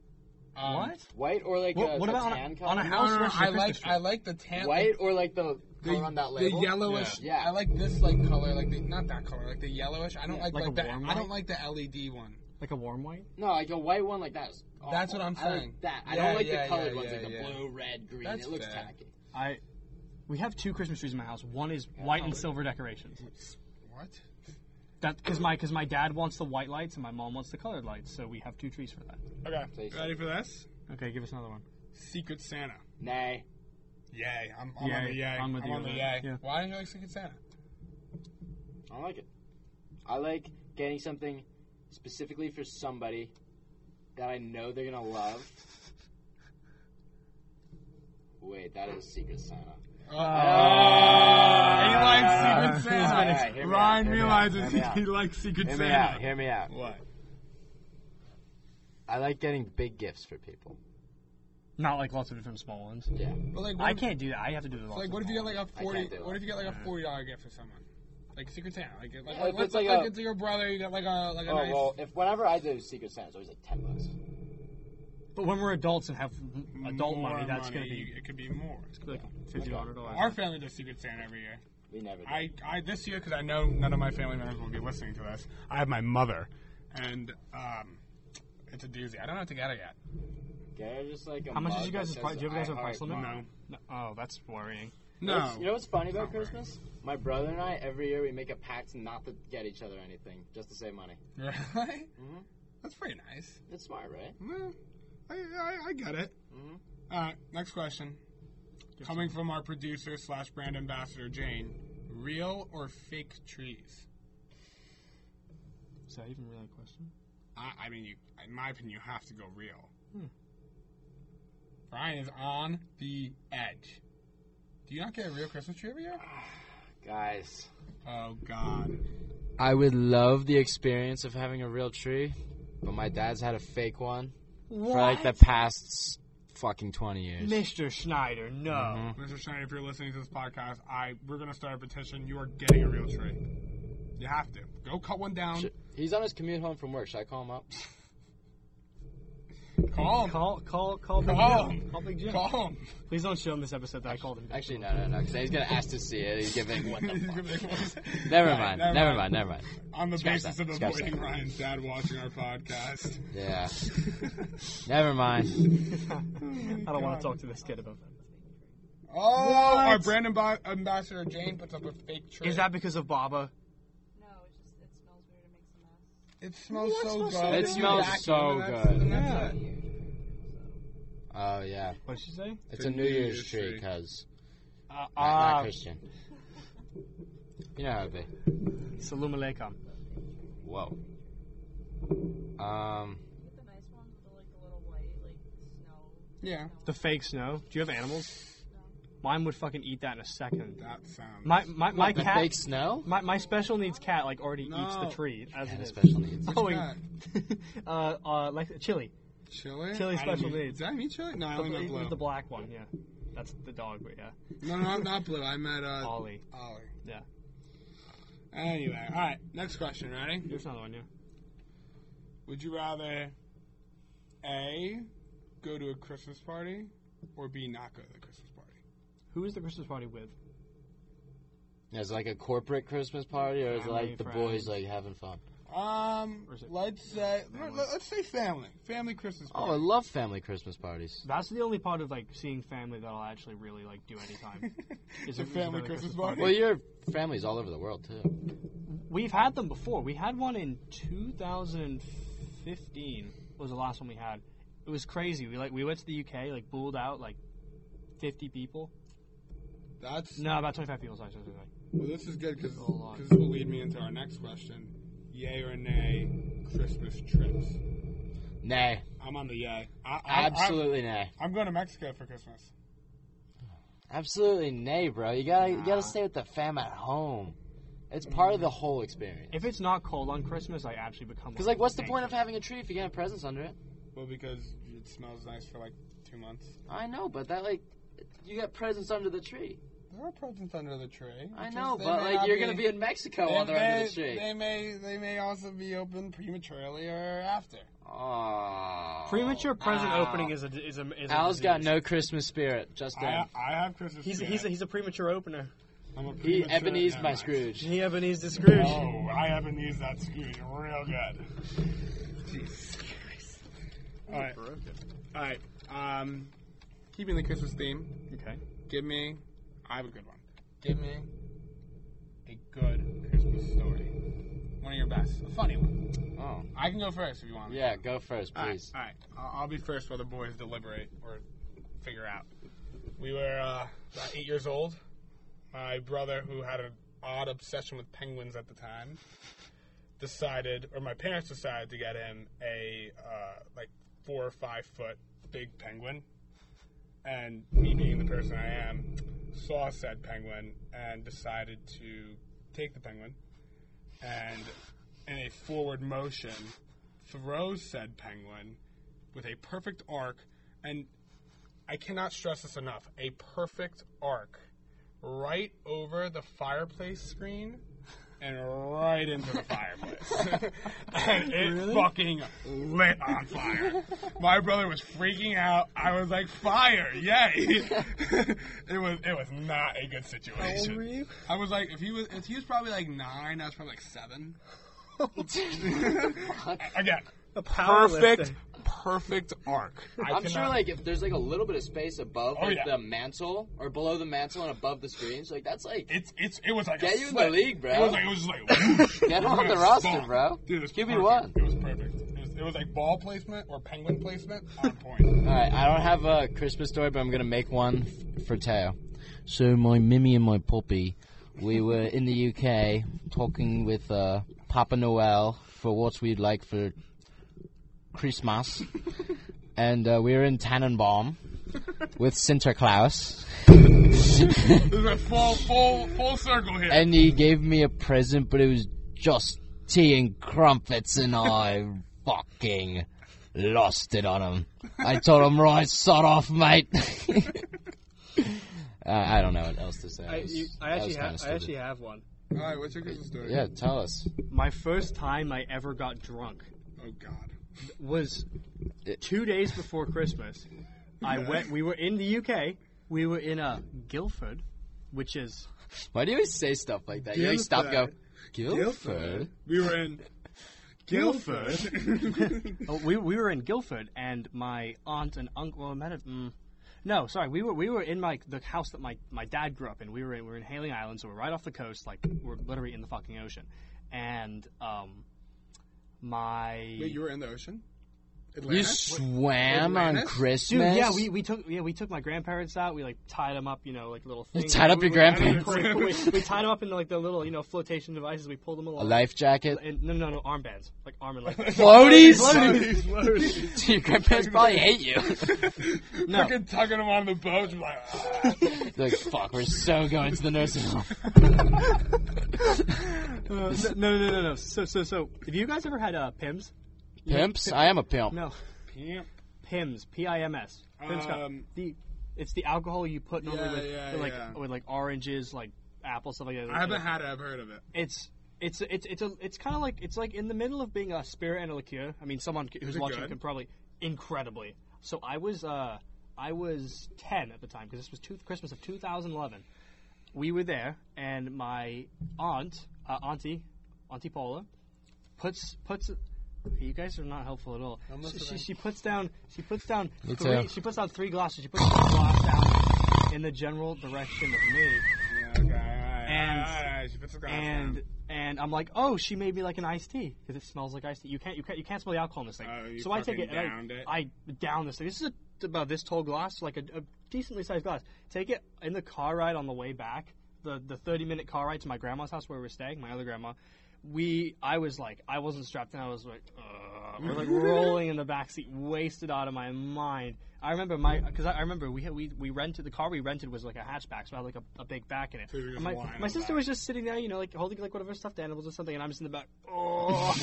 [SPEAKER 2] Um,
[SPEAKER 3] What?
[SPEAKER 1] white or like
[SPEAKER 3] What-
[SPEAKER 1] a,
[SPEAKER 3] what
[SPEAKER 1] a
[SPEAKER 3] about on a-
[SPEAKER 1] tan
[SPEAKER 3] on
[SPEAKER 1] color.
[SPEAKER 3] a
[SPEAKER 2] No,
[SPEAKER 3] house
[SPEAKER 2] no, no,
[SPEAKER 3] version
[SPEAKER 2] I
[SPEAKER 3] of
[SPEAKER 2] like
[SPEAKER 3] Christmas
[SPEAKER 2] I like the tan
[SPEAKER 1] white or like the
[SPEAKER 2] the,
[SPEAKER 1] color on that label.
[SPEAKER 2] the yellowish.
[SPEAKER 1] Yeah. Yeah.
[SPEAKER 2] I like this like color, like the not that color, like the yellowish. I don't
[SPEAKER 1] Yeah,
[SPEAKER 2] like,
[SPEAKER 3] like
[SPEAKER 2] like,
[SPEAKER 3] a
[SPEAKER 2] the
[SPEAKER 3] warm
[SPEAKER 2] I don't
[SPEAKER 3] white?
[SPEAKER 2] like the LED one.
[SPEAKER 3] Like a warm white?
[SPEAKER 1] No, like a white one like that. is
[SPEAKER 2] That's
[SPEAKER 1] awful.
[SPEAKER 2] what I'm
[SPEAKER 1] I like
[SPEAKER 2] saying.
[SPEAKER 1] that I
[SPEAKER 2] Yeah,
[SPEAKER 1] don't like
[SPEAKER 2] yeah,
[SPEAKER 1] the colored
[SPEAKER 2] yeah,
[SPEAKER 1] ones,
[SPEAKER 2] yeah,
[SPEAKER 1] like the
[SPEAKER 2] yeah.
[SPEAKER 1] blue, red, green.
[SPEAKER 2] That's
[SPEAKER 1] it looks
[SPEAKER 2] fair.
[SPEAKER 1] tacky.
[SPEAKER 3] I. We have two Christmas trees in my house. One is white and silver decorations.
[SPEAKER 2] What?
[SPEAKER 3] That because my because my dad wants the white lights and my mom wants the colored lights, so we have two trees for that.
[SPEAKER 2] Okay.
[SPEAKER 1] Please.
[SPEAKER 2] Ready for this?
[SPEAKER 3] Okay, give us another one.
[SPEAKER 2] Secret Santa.
[SPEAKER 1] Nay,
[SPEAKER 2] Yay! I'm, I'm on
[SPEAKER 3] Yay.
[SPEAKER 2] the yay.
[SPEAKER 3] I'm
[SPEAKER 2] I'm,
[SPEAKER 3] with you
[SPEAKER 2] on the
[SPEAKER 3] on
[SPEAKER 2] yay.
[SPEAKER 3] that. Yeah.
[SPEAKER 2] Why don't you like Secret Santa?
[SPEAKER 1] I don't like it. I like getting something specifically for somebody that I know they're gonna love. Wait, that is Secret Santa.
[SPEAKER 2] Oh.
[SPEAKER 3] He likes Secret Santa.
[SPEAKER 1] Alright, Uh, [laughs] hear me out, hear me out, hear me out.
[SPEAKER 2] likes Secret
[SPEAKER 1] Hear me out. Hear me out.
[SPEAKER 2] What?
[SPEAKER 1] I like getting big gifts for people.
[SPEAKER 3] Not like lots of different small ones.
[SPEAKER 1] Yeah.
[SPEAKER 2] But like, what
[SPEAKER 3] I
[SPEAKER 2] if-
[SPEAKER 3] can't do that. I have to do the. lots
[SPEAKER 2] Like,
[SPEAKER 3] of
[SPEAKER 2] what if you get
[SPEAKER 3] small
[SPEAKER 2] like a
[SPEAKER 1] I
[SPEAKER 2] forty?
[SPEAKER 1] can't do
[SPEAKER 2] What
[SPEAKER 1] it.
[SPEAKER 2] if you get like a forty dollar gift for someone? Like Secret Santa. Like, like,
[SPEAKER 1] Yeah,
[SPEAKER 2] like,
[SPEAKER 1] if
[SPEAKER 2] let's
[SPEAKER 1] it's like
[SPEAKER 2] like
[SPEAKER 1] a-
[SPEAKER 2] it's your brother. You got like a like a
[SPEAKER 1] Oh
[SPEAKER 2] nice.
[SPEAKER 1] well, if whenever I do Secret Santa, it's always like ten bucks.
[SPEAKER 3] ones. But when we're adults and have adult
[SPEAKER 2] more
[SPEAKER 3] money, that's gonna
[SPEAKER 2] you-
[SPEAKER 3] be
[SPEAKER 2] It could be more.
[SPEAKER 3] like fifty hundred dollars.
[SPEAKER 2] Our family does Secret Santa every year.
[SPEAKER 1] We never. Do.
[SPEAKER 2] I, I this year because I know none of my family members will be listening to this. I have my mother, and um, it's a doozy. I don't know what to get her yet.
[SPEAKER 1] They're just like a
[SPEAKER 3] How much
[SPEAKER 1] mug
[SPEAKER 3] did you guys?
[SPEAKER 1] that
[SPEAKER 3] pri-
[SPEAKER 1] says,
[SPEAKER 3] Do you guys
[SPEAKER 1] "I
[SPEAKER 3] have a
[SPEAKER 1] heart
[SPEAKER 3] price limit?
[SPEAKER 1] mom."
[SPEAKER 2] No.
[SPEAKER 3] No. Oh, that's worrying.
[SPEAKER 1] You know what's-
[SPEAKER 2] No.
[SPEAKER 1] You know what's funny about
[SPEAKER 2] Not worth it.
[SPEAKER 1] Christmas? My brother and I, every year, we make a pact not to get each other anything, just to save money.
[SPEAKER 2] [laughs] Really?
[SPEAKER 1] Mhm.
[SPEAKER 2] That's pretty nice.
[SPEAKER 1] It's smart, right?
[SPEAKER 2] Mm-hmm. Well, I, I, I get it.
[SPEAKER 1] Mhm.
[SPEAKER 2] All right, Mm-hmm. Uh, next question.
[SPEAKER 3] Just-
[SPEAKER 2] Coming from our producer slash brand ambassador Jane, real or fake trees?
[SPEAKER 3] Is that even really a question?
[SPEAKER 2] I, I mean, you, in my opinion, you have to go real.
[SPEAKER 3] Hmm.
[SPEAKER 2] Brian is on the edge. Do you not get a real Christmas tree every year?
[SPEAKER 3] Ah.
[SPEAKER 1] Guys,
[SPEAKER 2] Oh God.
[SPEAKER 1] I would love the experience of having a real tree, but my dad's had a fake one
[SPEAKER 3] What?
[SPEAKER 1] for like the past fucking twenty years.
[SPEAKER 3] Mr. Schneider, no.
[SPEAKER 1] Mhm.
[SPEAKER 2] Mr. Schneider, if you're listening to this podcast, I we're gonna start a petition. You are getting a real tree. You have to go cut one down.
[SPEAKER 1] Sh- He's on his commute home from work. Should I call him up?
[SPEAKER 2] Call him.
[SPEAKER 3] Call, call, call Big
[SPEAKER 2] Call
[SPEAKER 3] Jim.
[SPEAKER 2] him.
[SPEAKER 3] Oh. Call Big Jim.
[SPEAKER 2] Call him.
[SPEAKER 3] Please don't show him this episode that I called him.
[SPEAKER 1] Actually, no, no, no. Because he's gonna ask to see it. He's giving what
[SPEAKER 3] [laughs]
[SPEAKER 1] the
[SPEAKER 2] [laughs] He's
[SPEAKER 1] fuck.
[SPEAKER 2] gonna make one.
[SPEAKER 1] [laughs] Never
[SPEAKER 2] Alright,
[SPEAKER 1] mind. Never mind. Never mind.
[SPEAKER 2] On the
[SPEAKER 1] Scratch
[SPEAKER 2] basis
[SPEAKER 1] that,
[SPEAKER 2] of
[SPEAKER 1] scratch
[SPEAKER 2] avoiding
[SPEAKER 1] that.
[SPEAKER 2] Ryan's dad watching our podcast.
[SPEAKER 3] [laughs]
[SPEAKER 1] Yeah. Never mind.
[SPEAKER 3] I don't want to talk to this kid about that.
[SPEAKER 2] Oh, our brand amba- ambassador Jane puts up a fake tree.
[SPEAKER 3] Is that because of Baba?
[SPEAKER 4] No, it's just it smells weird. It
[SPEAKER 2] It smells
[SPEAKER 3] What's
[SPEAKER 4] makes a mess.
[SPEAKER 2] so
[SPEAKER 3] supposed to
[SPEAKER 2] good.
[SPEAKER 1] be It
[SPEAKER 2] You
[SPEAKER 1] smells
[SPEAKER 2] vacuum
[SPEAKER 1] so
[SPEAKER 2] and that's-
[SPEAKER 1] good.
[SPEAKER 2] and that's it.
[SPEAKER 1] Oh yeah.
[SPEAKER 3] What did she say?
[SPEAKER 1] It's a New Year's tree, cause
[SPEAKER 3] Uh,
[SPEAKER 1] not, not
[SPEAKER 3] uh,
[SPEAKER 1] Christian. You know how it be.
[SPEAKER 3] Salum Aleikum.
[SPEAKER 1] Whoa. Um.
[SPEAKER 4] You get the nice ones with the, like the little white like snow.
[SPEAKER 2] Yeah.
[SPEAKER 4] snow.
[SPEAKER 3] The fake snow. Do you have animals? Mine would fucking eat that in a second.
[SPEAKER 2] That sounds.
[SPEAKER 3] My my, my
[SPEAKER 1] the
[SPEAKER 3] cat.
[SPEAKER 1] fake snow.
[SPEAKER 3] My, my special needs cat like already eats the
[SPEAKER 2] No.
[SPEAKER 3] tree as
[SPEAKER 1] Yeah,
[SPEAKER 3] it
[SPEAKER 1] the
[SPEAKER 3] is.
[SPEAKER 1] special needs.
[SPEAKER 3] Oh, he-
[SPEAKER 2] cat?
[SPEAKER 3] [laughs] uh, uh, like chili.
[SPEAKER 2] chili.
[SPEAKER 3] Chili
[SPEAKER 2] I
[SPEAKER 3] special
[SPEAKER 2] didn't eat-
[SPEAKER 3] needs.
[SPEAKER 2] Did I meet chili? No, I
[SPEAKER 3] The,
[SPEAKER 2] only met
[SPEAKER 3] it was the
[SPEAKER 2] blue.
[SPEAKER 3] black one. Yeah, that's the dog. But yeah,
[SPEAKER 2] No, no, not blue. I met uh,
[SPEAKER 3] Ollie.
[SPEAKER 2] Ollie.
[SPEAKER 3] Yeah.
[SPEAKER 2] Anyway, all right. Next question. Ready?
[SPEAKER 3] Here's another one. Yeah.
[SPEAKER 2] Would you rather A, go to a Christmas party, or B, not go to the Christmas party?
[SPEAKER 3] Who is the Christmas party with?
[SPEAKER 1] Is it like a corporate Christmas party, or is it
[SPEAKER 3] Family,
[SPEAKER 1] like the
[SPEAKER 3] friends.
[SPEAKER 1] boys like having fun?
[SPEAKER 2] Um,
[SPEAKER 3] Or is it
[SPEAKER 2] let's say let-
[SPEAKER 3] family?
[SPEAKER 2] let's say family, family Christmas
[SPEAKER 1] Oh, I
[SPEAKER 2] party.
[SPEAKER 1] love family Christmas parties.
[SPEAKER 3] That's the only part of like seeing family that I'll actually really like do
[SPEAKER 2] [laughs]
[SPEAKER 3] anytime.
[SPEAKER 2] It's
[SPEAKER 3] Is
[SPEAKER 2] a
[SPEAKER 3] it- is it
[SPEAKER 2] family
[SPEAKER 3] really
[SPEAKER 2] Christmas
[SPEAKER 3] Christmas
[SPEAKER 2] party.
[SPEAKER 1] Well, your family's all over the world too.
[SPEAKER 3] We've had them before. We had one in 2015. Was the last one we had. It was crazy. We like we went to the UK, like booled out like 50 people.
[SPEAKER 2] That's
[SPEAKER 3] No, about 25 people. Sorry, sorry, sorry.
[SPEAKER 2] well. This is good because
[SPEAKER 3] It's a lot.
[SPEAKER 2] this will lead me into our next question: Yay or nay, Christmas trips?
[SPEAKER 1] Nay,
[SPEAKER 2] I'm on the yay. I, I,
[SPEAKER 1] absolutely nay.
[SPEAKER 2] I'm, I'm going to Mexico for Christmas.
[SPEAKER 1] Absolutely nay, bro. You gotta you
[SPEAKER 3] Nah.
[SPEAKER 1] gotta stay with the fam at home. It's part of the whole experience.
[SPEAKER 3] If it's not cold on Christmas, I actually become.
[SPEAKER 1] Because like, what's the point of having a tree if you can't have presents under it?
[SPEAKER 2] Well, because it smells nice for like two months.
[SPEAKER 1] I know, but that like, you got presents under the tree.
[SPEAKER 2] There are presents under the tree.
[SPEAKER 1] I
[SPEAKER 2] just
[SPEAKER 1] know,
[SPEAKER 2] they
[SPEAKER 1] but
[SPEAKER 2] may
[SPEAKER 1] like,
[SPEAKER 2] not
[SPEAKER 1] you're gonna be in Mexico while
[SPEAKER 2] they,
[SPEAKER 1] they're under the
[SPEAKER 2] they-
[SPEAKER 1] tree.
[SPEAKER 2] they may they may also be open prematurely or after.
[SPEAKER 1] Aw.
[SPEAKER 3] premature present
[SPEAKER 1] Ow.
[SPEAKER 3] opening? Is a is a is a
[SPEAKER 1] Al's got
[SPEAKER 3] disease.
[SPEAKER 1] no Christmas spirit. Just
[SPEAKER 2] I,
[SPEAKER 1] then.
[SPEAKER 2] I have Christmas.
[SPEAKER 3] He's
[SPEAKER 2] spirit.
[SPEAKER 3] he's a, he's a premature opener.
[SPEAKER 2] I'm a
[SPEAKER 1] He
[SPEAKER 2] premature-
[SPEAKER 1] Ebenezer
[SPEAKER 2] never
[SPEAKER 1] my
[SPEAKER 2] mind.
[SPEAKER 1] Scrooge.
[SPEAKER 3] He Ebenezer Scrooge. [laughs]
[SPEAKER 2] Oh, I haven't used that Scrooge real good. Jesus Christ. Alright, alright. Um, keeping the Christmas theme,
[SPEAKER 3] Okay.
[SPEAKER 2] give me, I have a good one. Give me a good Christmas story. One of your best. A funny one.
[SPEAKER 1] Oh.
[SPEAKER 2] I can go first if you want.
[SPEAKER 1] Yeah, go first,
[SPEAKER 2] All right,
[SPEAKER 1] please.
[SPEAKER 2] all right. I'll, I'll be first while the boys deliberate or figure out. We were uh, about eight years old. My brother, who had an odd obsession with penguins at the time, decided, or my parents decided to get him a uh, like four or five foot big penguin. And me, being the person I am, saw said penguin and decided to take the penguin and, in a forward motion, throws said penguin with a perfect arc, and I cannot stress this enough a perfect arc right over the fireplace screen and right into the fireplace. and it fucking lit on fire. My brother was freaking out. I was like, fire, yay! [laughs] it was it was not a good situation.
[SPEAKER 3] you?
[SPEAKER 2] I was like, if he was, if he was probably like nine, I was probably like [laughs] seven. Again,
[SPEAKER 3] A power
[SPEAKER 2] perfect,
[SPEAKER 3] lifter.
[SPEAKER 2] perfect arc. I
[SPEAKER 1] I'm sure,
[SPEAKER 2] cannot-
[SPEAKER 1] like, if there's like a little bit of space above
[SPEAKER 2] Oh,
[SPEAKER 1] like,
[SPEAKER 2] yeah.
[SPEAKER 1] the mantle or below the mantle and above the screens, like that's like
[SPEAKER 2] it's it's it was like
[SPEAKER 1] Get
[SPEAKER 2] a
[SPEAKER 1] you in
[SPEAKER 2] slit.
[SPEAKER 1] the league, bro.
[SPEAKER 2] It was like it was
[SPEAKER 1] [laughs]
[SPEAKER 2] just like whoosh.
[SPEAKER 1] Get him on the roster, bro.
[SPEAKER 2] Dude, it was
[SPEAKER 1] Give me
[SPEAKER 2] perfect.
[SPEAKER 1] one.
[SPEAKER 2] It was perfect. It was, it was like ball placement or penguin placement on point.
[SPEAKER 1] All right, I don't have a Christmas story, but I'm gonna make one f- for Teo. So my Mimi and my puppy, we were in the UK talking with uh, Papa Noel for what we'd like for Christmas, [laughs] and uh, we were in Tannenbaum with [laughs] Sinterklaas,
[SPEAKER 2] It was a full full full circle here.
[SPEAKER 1] and he gave me a present, but it was just tea and crumpets, and
[SPEAKER 3] [laughs]
[SPEAKER 1] I fucking lost it on him. I told him, right, sod off, mate. [laughs] uh, I don't know what else to say.
[SPEAKER 3] I,
[SPEAKER 1] That was-
[SPEAKER 3] you, I
[SPEAKER 1] that
[SPEAKER 3] actually
[SPEAKER 1] was kinda
[SPEAKER 3] have I
[SPEAKER 1] stupid.
[SPEAKER 3] actually have one.
[SPEAKER 2] All right, what's your Christmas story?
[SPEAKER 1] Yeah, tell us.
[SPEAKER 3] My first time I ever got drunk
[SPEAKER 2] Oh God.
[SPEAKER 3] was two days before Christmas. I went. We were in the UK. We were in uh, Guildford, which is
[SPEAKER 1] Why do you always say stuff like that? You always stop and go, Guilford?
[SPEAKER 2] We were in
[SPEAKER 3] Guildford.
[SPEAKER 2] [laughs] Guildford.
[SPEAKER 3] Oh, we, we were in Guildford, and my aunt and uncle. Well, met at, mm, no, sorry, we were we were in my the house that my, my dad grew up in. We were in, we were in Hailing Island, so we're right off the coast, like we're literally in the fucking ocean. And um, my
[SPEAKER 2] Wait, you were in the ocean. Atlanta?
[SPEAKER 1] You swam on
[SPEAKER 2] Atlantis?
[SPEAKER 1] Christmas?
[SPEAKER 3] dude, yeah, we, we took yeah we took my grandparents out. We like tied them up, you know, like little things.
[SPEAKER 1] tied up
[SPEAKER 3] We-
[SPEAKER 1] your
[SPEAKER 3] we- we-
[SPEAKER 1] grandparents?
[SPEAKER 3] [laughs] We, we tied them up into like the little you know flotation devices. We pulled them
[SPEAKER 1] A
[SPEAKER 3] along.
[SPEAKER 1] life jacket?
[SPEAKER 3] and, no, no, no, armbands, like arm and leg.
[SPEAKER 1] Floaties?
[SPEAKER 3] [laughs]
[SPEAKER 2] Floaties, floaties.
[SPEAKER 1] Your grandparents probably hate you. [laughs]
[SPEAKER 3] No.
[SPEAKER 2] Fucking tugging them on the boat. I'm Like, "Ah."
[SPEAKER 1] They're like, fuck, we're so going to the nursing home.
[SPEAKER 3] [laughs] Uh, no, no, no, no, no. So, so, so, have you guys ever had uh, PIMS?
[SPEAKER 1] Pimps? I am a pimp.
[SPEAKER 3] No,
[SPEAKER 2] Yep.
[SPEAKER 3] PIMS, P-I-M-S. PIMS cup.
[SPEAKER 2] Um,
[SPEAKER 3] The, it's the alcohol you put normally
[SPEAKER 2] Yeah,
[SPEAKER 3] with,
[SPEAKER 2] yeah,
[SPEAKER 3] with, like
[SPEAKER 2] yeah.
[SPEAKER 3] with like oranges, like apples, stuff like that.
[SPEAKER 2] I haven't had it. I've heard of it.
[SPEAKER 3] It's it's it's it's a, it's kind of like it's like in the middle of being a spirit and a liqueur. I mean, someone c- who's
[SPEAKER 2] it
[SPEAKER 3] watching
[SPEAKER 2] good?
[SPEAKER 3] can probably incredibly. So I was uh I was ten at the time because this was two, Christmas of 2011. We were there, and my aunt, uh, auntie, auntie Paula, puts puts. You guys are not helpful at all. She, she, she puts down she puts down
[SPEAKER 1] Me
[SPEAKER 3] three
[SPEAKER 1] too.
[SPEAKER 3] she puts down three glasses. She puts one glass down in the general direction of me
[SPEAKER 2] Yeah, okay, all right,
[SPEAKER 3] And-
[SPEAKER 2] all right, all right, she puts the glass [laughs]
[SPEAKER 3] and
[SPEAKER 2] down.
[SPEAKER 3] and I'm like, oh, she made me like an iced tea because it smells like iced tea. You can't you can't you can't smell the alcohol in this thing.
[SPEAKER 2] Oh, you
[SPEAKER 3] so I take
[SPEAKER 2] fucking
[SPEAKER 3] it, and I-
[SPEAKER 2] downed it.
[SPEAKER 3] I, down this thing. This is a, about this tall glass, like a, a decently sized glass. Take it in the car ride on the way back, the the 30 minute car ride to my grandma's house where we were staying, my other grandma. We I was like I wasn't strapped in. I was like. Ugh. We're
[SPEAKER 2] [laughs]
[SPEAKER 3] like rolling in the backseat, wasted out of my mind. I remember my because I, I remember we had, we we rented the car we rented was like a hatchback, so I had like a, a big back in it.
[SPEAKER 2] So you were just
[SPEAKER 3] And my
[SPEAKER 2] lying on
[SPEAKER 3] my
[SPEAKER 2] the
[SPEAKER 3] sister
[SPEAKER 2] back.
[SPEAKER 3] was just sitting there, you know, like holding like whatever stuffed animals or something, and I'm just in the
[SPEAKER 2] [laughs]
[SPEAKER 3] back. Oh,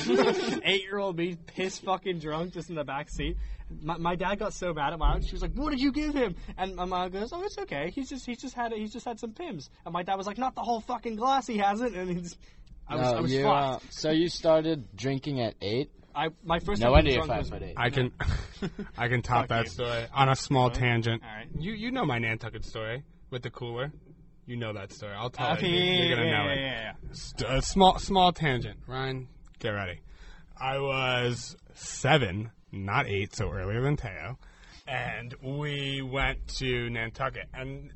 [SPEAKER 3] eight year old me, piss fucking drunk, just in the back seat. My, my dad got so mad at my aunt. She was like, "What did you give him?" And my mom goes, "Oh, it's okay. He's just he's just had he's just had some pims." And my dad was like, "Not the whole fucking glass. He hasn't." And he's, I was
[SPEAKER 1] No,
[SPEAKER 3] I was
[SPEAKER 1] you, uh,
[SPEAKER 3] fucked.
[SPEAKER 1] so you started drinking at eight.
[SPEAKER 3] I my first
[SPEAKER 1] No
[SPEAKER 3] time
[SPEAKER 1] idea
[SPEAKER 3] being
[SPEAKER 1] if
[SPEAKER 3] drunk
[SPEAKER 1] I
[SPEAKER 3] was-
[SPEAKER 1] put it.
[SPEAKER 2] I can, [laughs] I can top
[SPEAKER 3] Fuck
[SPEAKER 2] that
[SPEAKER 3] you.
[SPEAKER 2] story on a small tangent.
[SPEAKER 3] All right.
[SPEAKER 2] You you know my Nantucket story with the cooler. You know that story. I'll tell
[SPEAKER 3] Okay,
[SPEAKER 2] it.
[SPEAKER 3] yeah,
[SPEAKER 2] You're,
[SPEAKER 3] yeah,
[SPEAKER 2] you're gonna
[SPEAKER 3] yeah,
[SPEAKER 2] know it.
[SPEAKER 3] yeah, yeah, yeah.
[SPEAKER 2] St- uh, small small tangent. Ryan, get ready. I was seven, not eight, so earlier than Teo, and we went to Nantucket. And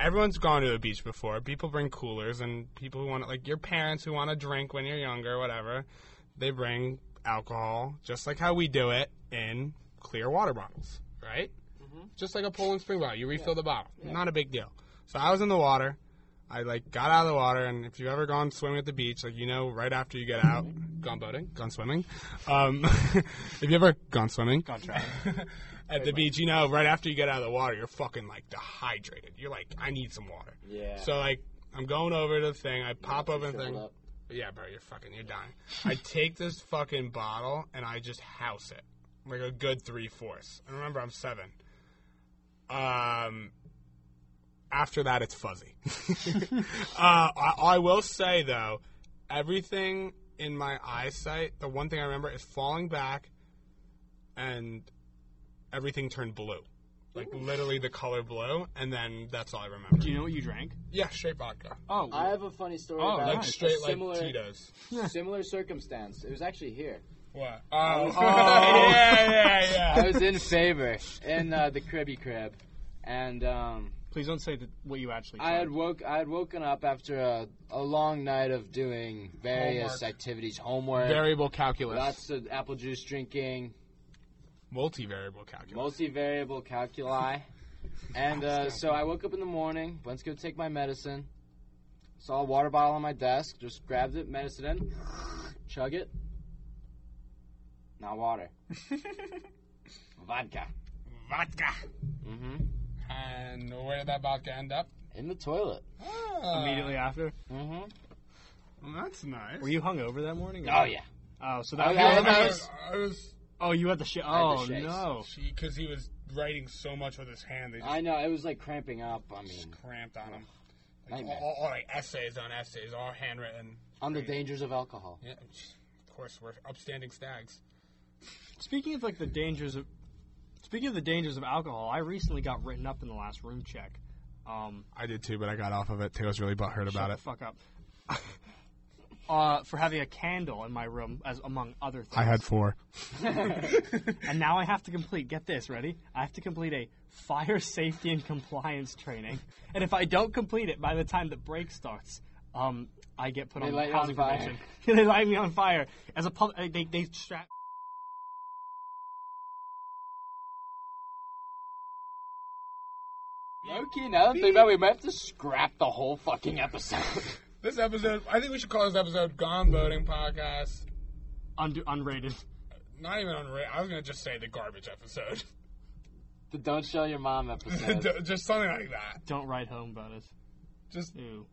[SPEAKER 2] everyone's gone to a beach before. People bring coolers, and people who want to, like your parents who want to drink when you're younger, whatever. They bring alcohol, just like how we do it in clear water bottles, right? Just like a Poland spring bottle, you refill the bottle. Not a big deal. So I was in the water. I like got out of the water, and if you've ever gone swimming at the beach, like you know, right after you
[SPEAKER 1] Mm-hmm.
[SPEAKER 2] get out, gone boating, gone swimming. Um, [laughs] if you ever gone swimming,
[SPEAKER 3] Gone trout.
[SPEAKER 2] [laughs] at the beach, you know, right after you get out of the water, you're fucking like dehydrated. You're like, I need some water.
[SPEAKER 1] Yeah.
[SPEAKER 2] So like, I'm going over to the thing. I pop
[SPEAKER 1] You
[SPEAKER 2] open the
[SPEAKER 1] filled
[SPEAKER 2] thing.
[SPEAKER 1] up.
[SPEAKER 2] Yeah, bro, you're fucking, you're dying. I take this fucking bottle and I just house it like a good three fourths. And remember, I'm seven. Um, after that, it's fuzzy. [laughs] uh, I, I will say though, everything in my eyesight, the one thing I remember is falling back, and everything turned blue, like literally the color blue. And then that's all I remember.
[SPEAKER 3] Do you know what you drank?
[SPEAKER 2] Yeah, straight vodka,
[SPEAKER 3] Oh,
[SPEAKER 1] I have a funny story
[SPEAKER 3] Oh,
[SPEAKER 1] about
[SPEAKER 2] like
[SPEAKER 3] nice.
[SPEAKER 1] a
[SPEAKER 2] straight like
[SPEAKER 1] similar,
[SPEAKER 2] Tito's.
[SPEAKER 1] [laughs] similar circumstance. It was actually here.
[SPEAKER 2] What? Oh, [laughs]
[SPEAKER 3] [laughs]
[SPEAKER 1] was-
[SPEAKER 2] oh, yeah, yeah,
[SPEAKER 1] [laughs]
[SPEAKER 2] yeah.
[SPEAKER 1] I was in favor in uh, the Cribby Crib, and um,
[SPEAKER 3] please don't say that what you actually.
[SPEAKER 1] I had
[SPEAKER 3] drank.
[SPEAKER 1] woke I had woken up after a, a long night of doing various
[SPEAKER 2] Homework.
[SPEAKER 1] activities, homework,
[SPEAKER 2] Variable calculus.
[SPEAKER 1] lots of apple juice drinking,
[SPEAKER 2] Multivariable calculus.
[SPEAKER 1] multivariable calculi, and uh, so I woke up in the morning. Went to go take my medicine. Saw a water bottle on my desk. Just grabbed it, medicine in, chug it. Not [laughs] water, vodka.
[SPEAKER 2] vodka.
[SPEAKER 1] hmm
[SPEAKER 2] And where did that vodka end up? Ah.
[SPEAKER 1] In the toilet.
[SPEAKER 3] immediately after.
[SPEAKER 1] Mm-hmm.
[SPEAKER 2] Well, that's nice.
[SPEAKER 3] Were you hungover that morning?
[SPEAKER 1] Oh yeah.
[SPEAKER 3] Oh, so
[SPEAKER 1] I
[SPEAKER 3] that.
[SPEAKER 1] was-
[SPEAKER 2] I,
[SPEAKER 1] I
[SPEAKER 2] I
[SPEAKER 1] was-
[SPEAKER 2] was, I was,
[SPEAKER 3] oh, you had the shit.
[SPEAKER 1] had the
[SPEAKER 3] Oh
[SPEAKER 1] shakes.
[SPEAKER 3] no.
[SPEAKER 2] because he was writing so much with his hand, they just
[SPEAKER 1] I know it was like cramping up. I mean,
[SPEAKER 2] cramped on him. Like, all,
[SPEAKER 1] Nightmare.
[SPEAKER 2] all, all, like essays on essays, all handwritten.
[SPEAKER 1] on the dangers of alcohol.
[SPEAKER 2] Yeah, of course, we're upstanding stags.
[SPEAKER 3] Speaking of like the dangers of, speaking of the dangers of alcohol, I recently got written up in the last room check. Um,
[SPEAKER 2] I did too, but I got off of it. Taylor's really butthurt
[SPEAKER 3] shut the fuck up. [laughs] uh, for having a candle in my room, as among other things.
[SPEAKER 2] four.
[SPEAKER 3] and now I have to complete. Get this, ready? I have to complete a fire [laughs] safety and compliance training. And if I don't complete it by the time the break starts, um, I get put
[SPEAKER 1] They
[SPEAKER 3] on
[SPEAKER 1] light you
[SPEAKER 3] housing
[SPEAKER 1] on fire.
[SPEAKER 3] probation. [laughs] they light me on fire as a pub. uh, They they strap.
[SPEAKER 1] Loki, now that I'm thinking about it, we might have to scrap the whole fucking episode. [laughs]
[SPEAKER 2] This episode, I think we should call this episode "Gone Boating Podcast."
[SPEAKER 3] Under, unrated.
[SPEAKER 2] Not even on. Ra- I was gonna just say the garbage [laughs] episode,
[SPEAKER 1] the Don't Show Your Mom [laughs] episode.
[SPEAKER 2] just something like that.
[SPEAKER 3] Don't write home about it.
[SPEAKER 2] Just
[SPEAKER 3] Ew.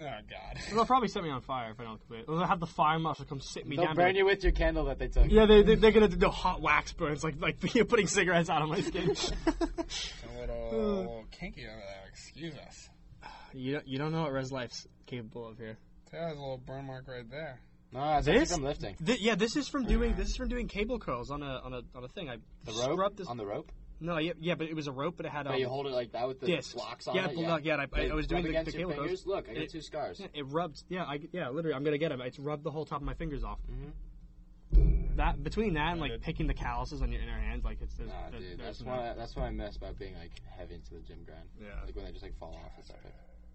[SPEAKER 2] oh god.
[SPEAKER 3] They'll probably set me on fire if I don't complete it. They'll have the fire marshal come sit me
[SPEAKER 1] They'll
[SPEAKER 3] down.
[SPEAKER 1] burn
[SPEAKER 3] to-
[SPEAKER 1] you with your candle that they took.
[SPEAKER 3] yeah, they, they, they're gonna do the hot wax burns, like like [laughs] you're putting cigarettes out on my skin.
[SPEAKER 2] A little kinky over there. Excuse us.
[SPEAKER 3] [laughs] you don't, you don't know what Res Life's capable of here.
[SPEAKER 2] That has a little burn mark right there.
[SPEAKER 1] No, that's
[SPEAKER 3] This?
[SPEAKER 1] actually from lifting.
[SPEAKER 3] Th- yeah, this is from doing this is from doing cable curls on a on a on a thing. I
[SPEAKER 1] The rope?
[SPEAKER 3] scrubbed this.
[SPEAKER 1] On the rope?
[SPEAKER 3] no, yeah, yeah, but it was a rope, but it had
[SPEAKER 1] But you
[SPEAKER 3] um,
[SPEAKER 1] hold it like that with the
[SPEAKER 3] discs.
[SPEAKER 1] locks on
[SPEAKER 3] yeah,
[SPEAKER 1] it?
[SPEAKER 3] pulled out- yeah, I, I, I was doing
[SPEAKER 1] Rub
[SPEAKER 3] the, the
[SPEAKER 1] against your
[SPEAKER 3] cable curls.
[SPEAKER 1] fingers? Look, I got
[SPEAKER 3] It-
[SPEAKER 1] two
[SPEAKER 3] [laughs]
[SPEAKER 1] scars.
[SPEAKER 3] Yeah, It rubbed. Yeah, I yeah, literally, I'm gonna get it. It's rubbed the whole top of my fingers off.
[SPEAKER 1] Mm-hmm.
[SPEAKER 3] That between that and like picking the calluses on your inner hand, like it's. there's-
[SPEAKER 1] Nah,
[SPEAKER 3] there's-
[SPEAKER 1] dude,
[SPEAKER 3] there's
[SPEAKER 1] that's
[SPEAKER 3] no-
[SPEAKER 1] what, I, that's what I miss about being like heavy into the gym grind.
[SPEAKER 3] Yeah.
[SPEAKER 1] Like when they just like fall off and stuff.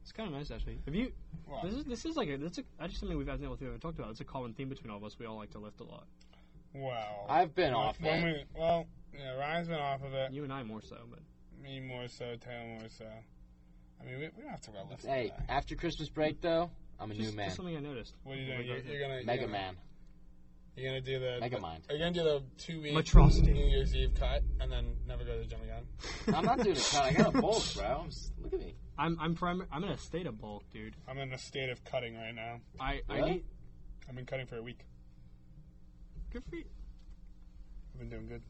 [SPEAKER 3] It's kind of nice actually. Have you?
[SPEAKER 2] What?
[SPEAKER 3] This is this is like a, that's a actually something we've actually never talked about. It's a common theme between all of us. We all like to lift a lot.
[SPEAKER 2] Wow.
[SPEAKER 1] I've been off
[SPEAKER 2] When
[SPEAKER 1] that.
[SPEAKER 2] we, well, yeah, Ryan's been off of it.
[SPEAKER 3] You and I more so, but
[SPEAKER 2] Me more so. Taylor more so. I mean, we, we don't have to go left.
[SPEAKER 1] Hey,
[SPEAKER 2] today.
[SPEAKER 1] after Christmas break though, I'm a
[SPEAKER 3] just,
[SPEAKER 1] new
[SPEAKER 3] just
[SPEAKER 1] man.
[SPEAKER 3] something I noticed.
[SPEAKER 2] what are you doing? You're,
[SPEAKER 3] We're
[SPEAKER 2] you're gonna
[SPEAKER 1] Mega
[SPEAKER 2] you're gonna-
[SPEAKER 1] Man.
[SPEAKER 2] You're gonna do the
[SPEAKER 1] Megamind.
[SPEAKER 2] Are you gonna do the two week
[SPEAKER 3] Matrosty.
[SPEAKER 2] New Year's Eve cut and then never go to the gym again?
[SPEAKER 1] I'm not doing a cut. I
[SPEAKER 3] [laughs]
[SPEAKER 1] got a bulk, bro. I'm s look at me.
[SPEAKER 3] I'm I'm prim- I'm in a state of bulk, dude.
[SPEAKER 2] I'm in a state of cutting right now.
[SPEAKER 3] I I
[SPEAKER 1] Really?
[SPEAKER 3] need
[SPEAKER 2] I've been cutting for a week.
[SPEAKER 3] good for you.
[SPEAKER 2] I've been doing good.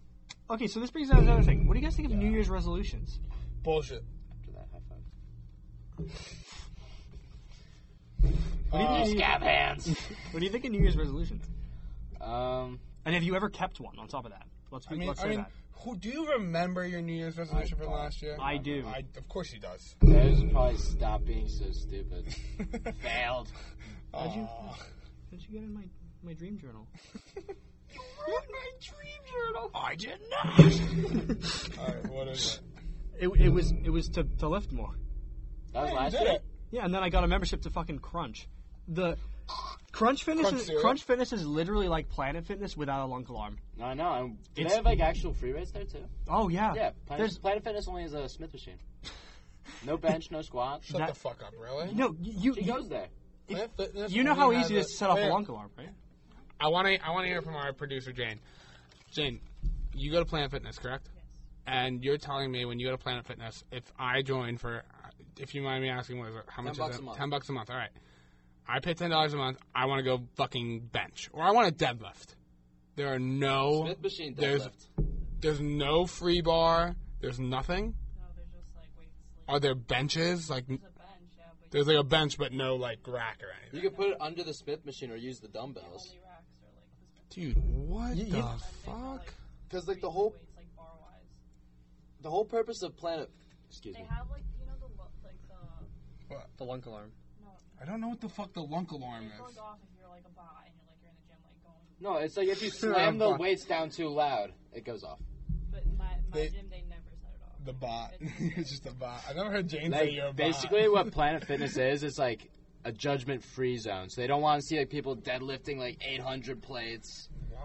[SPEAKER 3] Okay, so this brings up another thing. What do you guys think of New Year's resolutions?
[SPEAKER 2] Bullshit.
[SPEAKER 1] After that, high
[SPEAKER 3] [laughs]
[SPEAKER 1] five.
[SPEAKER 2] What do you
[SPEAKER 1] You Oh, scab hands.
[SPEAKER 3] What do you think of New Year's resolutions?
[SPEAKER 1] um,
[SPEAKER 3] And have you ever kept one? On top of that, let's
[SPEAKER 2] I mean,
[SPEAKER 3] let's
[SPEAKER 2] I
[SPEAKER 3] say
[SPEAKER 2] mean,
[SPEAKER 3] that.
[SPEAKER 2] who do you remember your New Year's resolution from
[SPEAKER 1] don't.
[SPEAKER 2] last year?
[SPEAKER 3] I do.
[SPEAKER 2] I, of course he does.
[SPEAKER 1] there's probably stop being so stupid.
[SPEAKER 3] [laughs]
[SPEAKER 1] Failed.
[SPEAKER 3] How'd you-
[SPEAKER 2] Aw.
[SPEAKER 3] How'd you get in my my
[SPEAKER 2] [laughs]
[SPEAKER 3] dream journal?
[SPEAKER 2] my dream journal.
[SPEAKER 3] I did not. [laughs]
[SPEAKER 2] All right, what is
[SPEAKER 3] it, it was it was to, to lift more.
[SPEAKER 1] That
[SPEAKER 3] [laughs]
[SPEAKER 1] was
[SPEAKER 2] it?
[SPEAKER 1] last
[SPEAKER 2] you did
[SPEAKER 1] year.
[SPEAKER 2] it.
[SPEAKER 3] Yeah, and then I got a membership to fucking Crunch. The Crunch Fitness
[SPEAKER 2] Crunch
[SPEAKER 3] is
[SPEAKER 2] cereal?
[SPEAKER 3] Crunch Fitness is literally like Planet Fitness without a long alarm.
[SPEAKER 1] No, I know. and Do
[SPEAKER 3] It's-
[SPEAKER 1] they have like actual free rates there too?
[SPEAKER 3] Oh yeah.
[SPEAKER 1] Yeah. Planet,
[SPEAKER 3] There's
[SPEAKER 1] Planet Fitness only has a Smith machine. No bench, no squats.
[SPEAKER 2] Shut
[SPEAKER 3] That-
[SPEAKER 2] the fuck up, really?
[SPEAKER 3] no you
[SPEAKER 1] She
[SPEAKER 3] you,
[SPEAKER 1] goes there.
[SPEAKER 2] Planet Fitness
[SPEAKER 3] you know
[SPEAKER 2] only
[SPEAKER 3] how
[SPEAKER 2] has
[SPEAKER 3] easy it is to set off
[SPEAKER 2] Wait,
[SPEAKER 3] a long alarm, right?
[SPEAKER 2] I want to. I want to hear from our producer, Jane. Jane, you go to Planet Fitness, correct?
[SPEAKER 4] Yes.
[SPEAKER 2] And you're telling me when you go to Planet Fitness, if I join for, if you mind me asking, what is it? How much
[SPEAKER 1] bucks
[SPEAKER 2] is it?
[SPEAKER 1] a month.
[SPEAKER 2] Ten bucks a month. All right. I pay ten dollars a month. I want to go fucking bench, or I want a deadlift. There are no.
[SPEAKER 1] Smith machine
[SPEAKER 2] There's-
[SPEAKER 1] deadlift.
[SPEAKER 2] There's no free bar. There's nothing.
[SPEAKER 4] No, they're just like wait to sleep.
[SPEAKER 2] Are there benches? Like
[SPEAKER 4] There's a bench, yeah, but
[SPEAKER 2] there's like a bench, but no like rack or anything.
[SPEAKER 1] You could put it under the Smith machine or use the dumbbells.
[SPEAKER 4] only racks are like this much.
[SPEAKER 2] Dude, what
[SPEAKER 3] You- you-
[SPEAKER 2] the
[SPEAKER 3] And
[SPEAKER 4] They've got,
[SPEAKER 2] fuck?
[SPEAKER 1] Because like the
[SPEAKER 4] crazy
[SPEAKER 1] whole
[SPEAKER 4] weights, like bar wise.
[SPEAKER 1] the whole purpose of Planet. Excuse
[SPEAKER 4] They
[SPEAKER 1] me.
[SPEAKER 4] have like you know the lo- like the
[SPEAKER 3] The long alarm.
[SPEAKER 4] no
[SPEAKER 2] I don't know what the fuck the lunk alarm
[SPEAKER 4] it goes off if you're like a bot and you're like you're in the gym like
[SPEAKER 1] No,
[SPEAKER 4] going.
[SPEAKER 1] it's like if you slam the
[SPEAKER 2] Fuck.
[SPEAKER 1] weights down too loud, it goes off.
[SPEAKER 4] But in my my
[SPEAKER 2] They-
[SPEAKER 4] gym they never set it off.
[SPEAKER 2] The bot. [laughs] it's just a bot. I never heard Jane say
[SPEAKER 1] Like
[SPEAKER 2] you're a
[SPEAKER 1] basically,
[SPEAKER 2] bot.
[SPEAKER 1] what Planet Fitness is, it's like a judgment free zone. So they don't want to see like people deadlifting like 800 plates,
[SPEAKER 2] Why?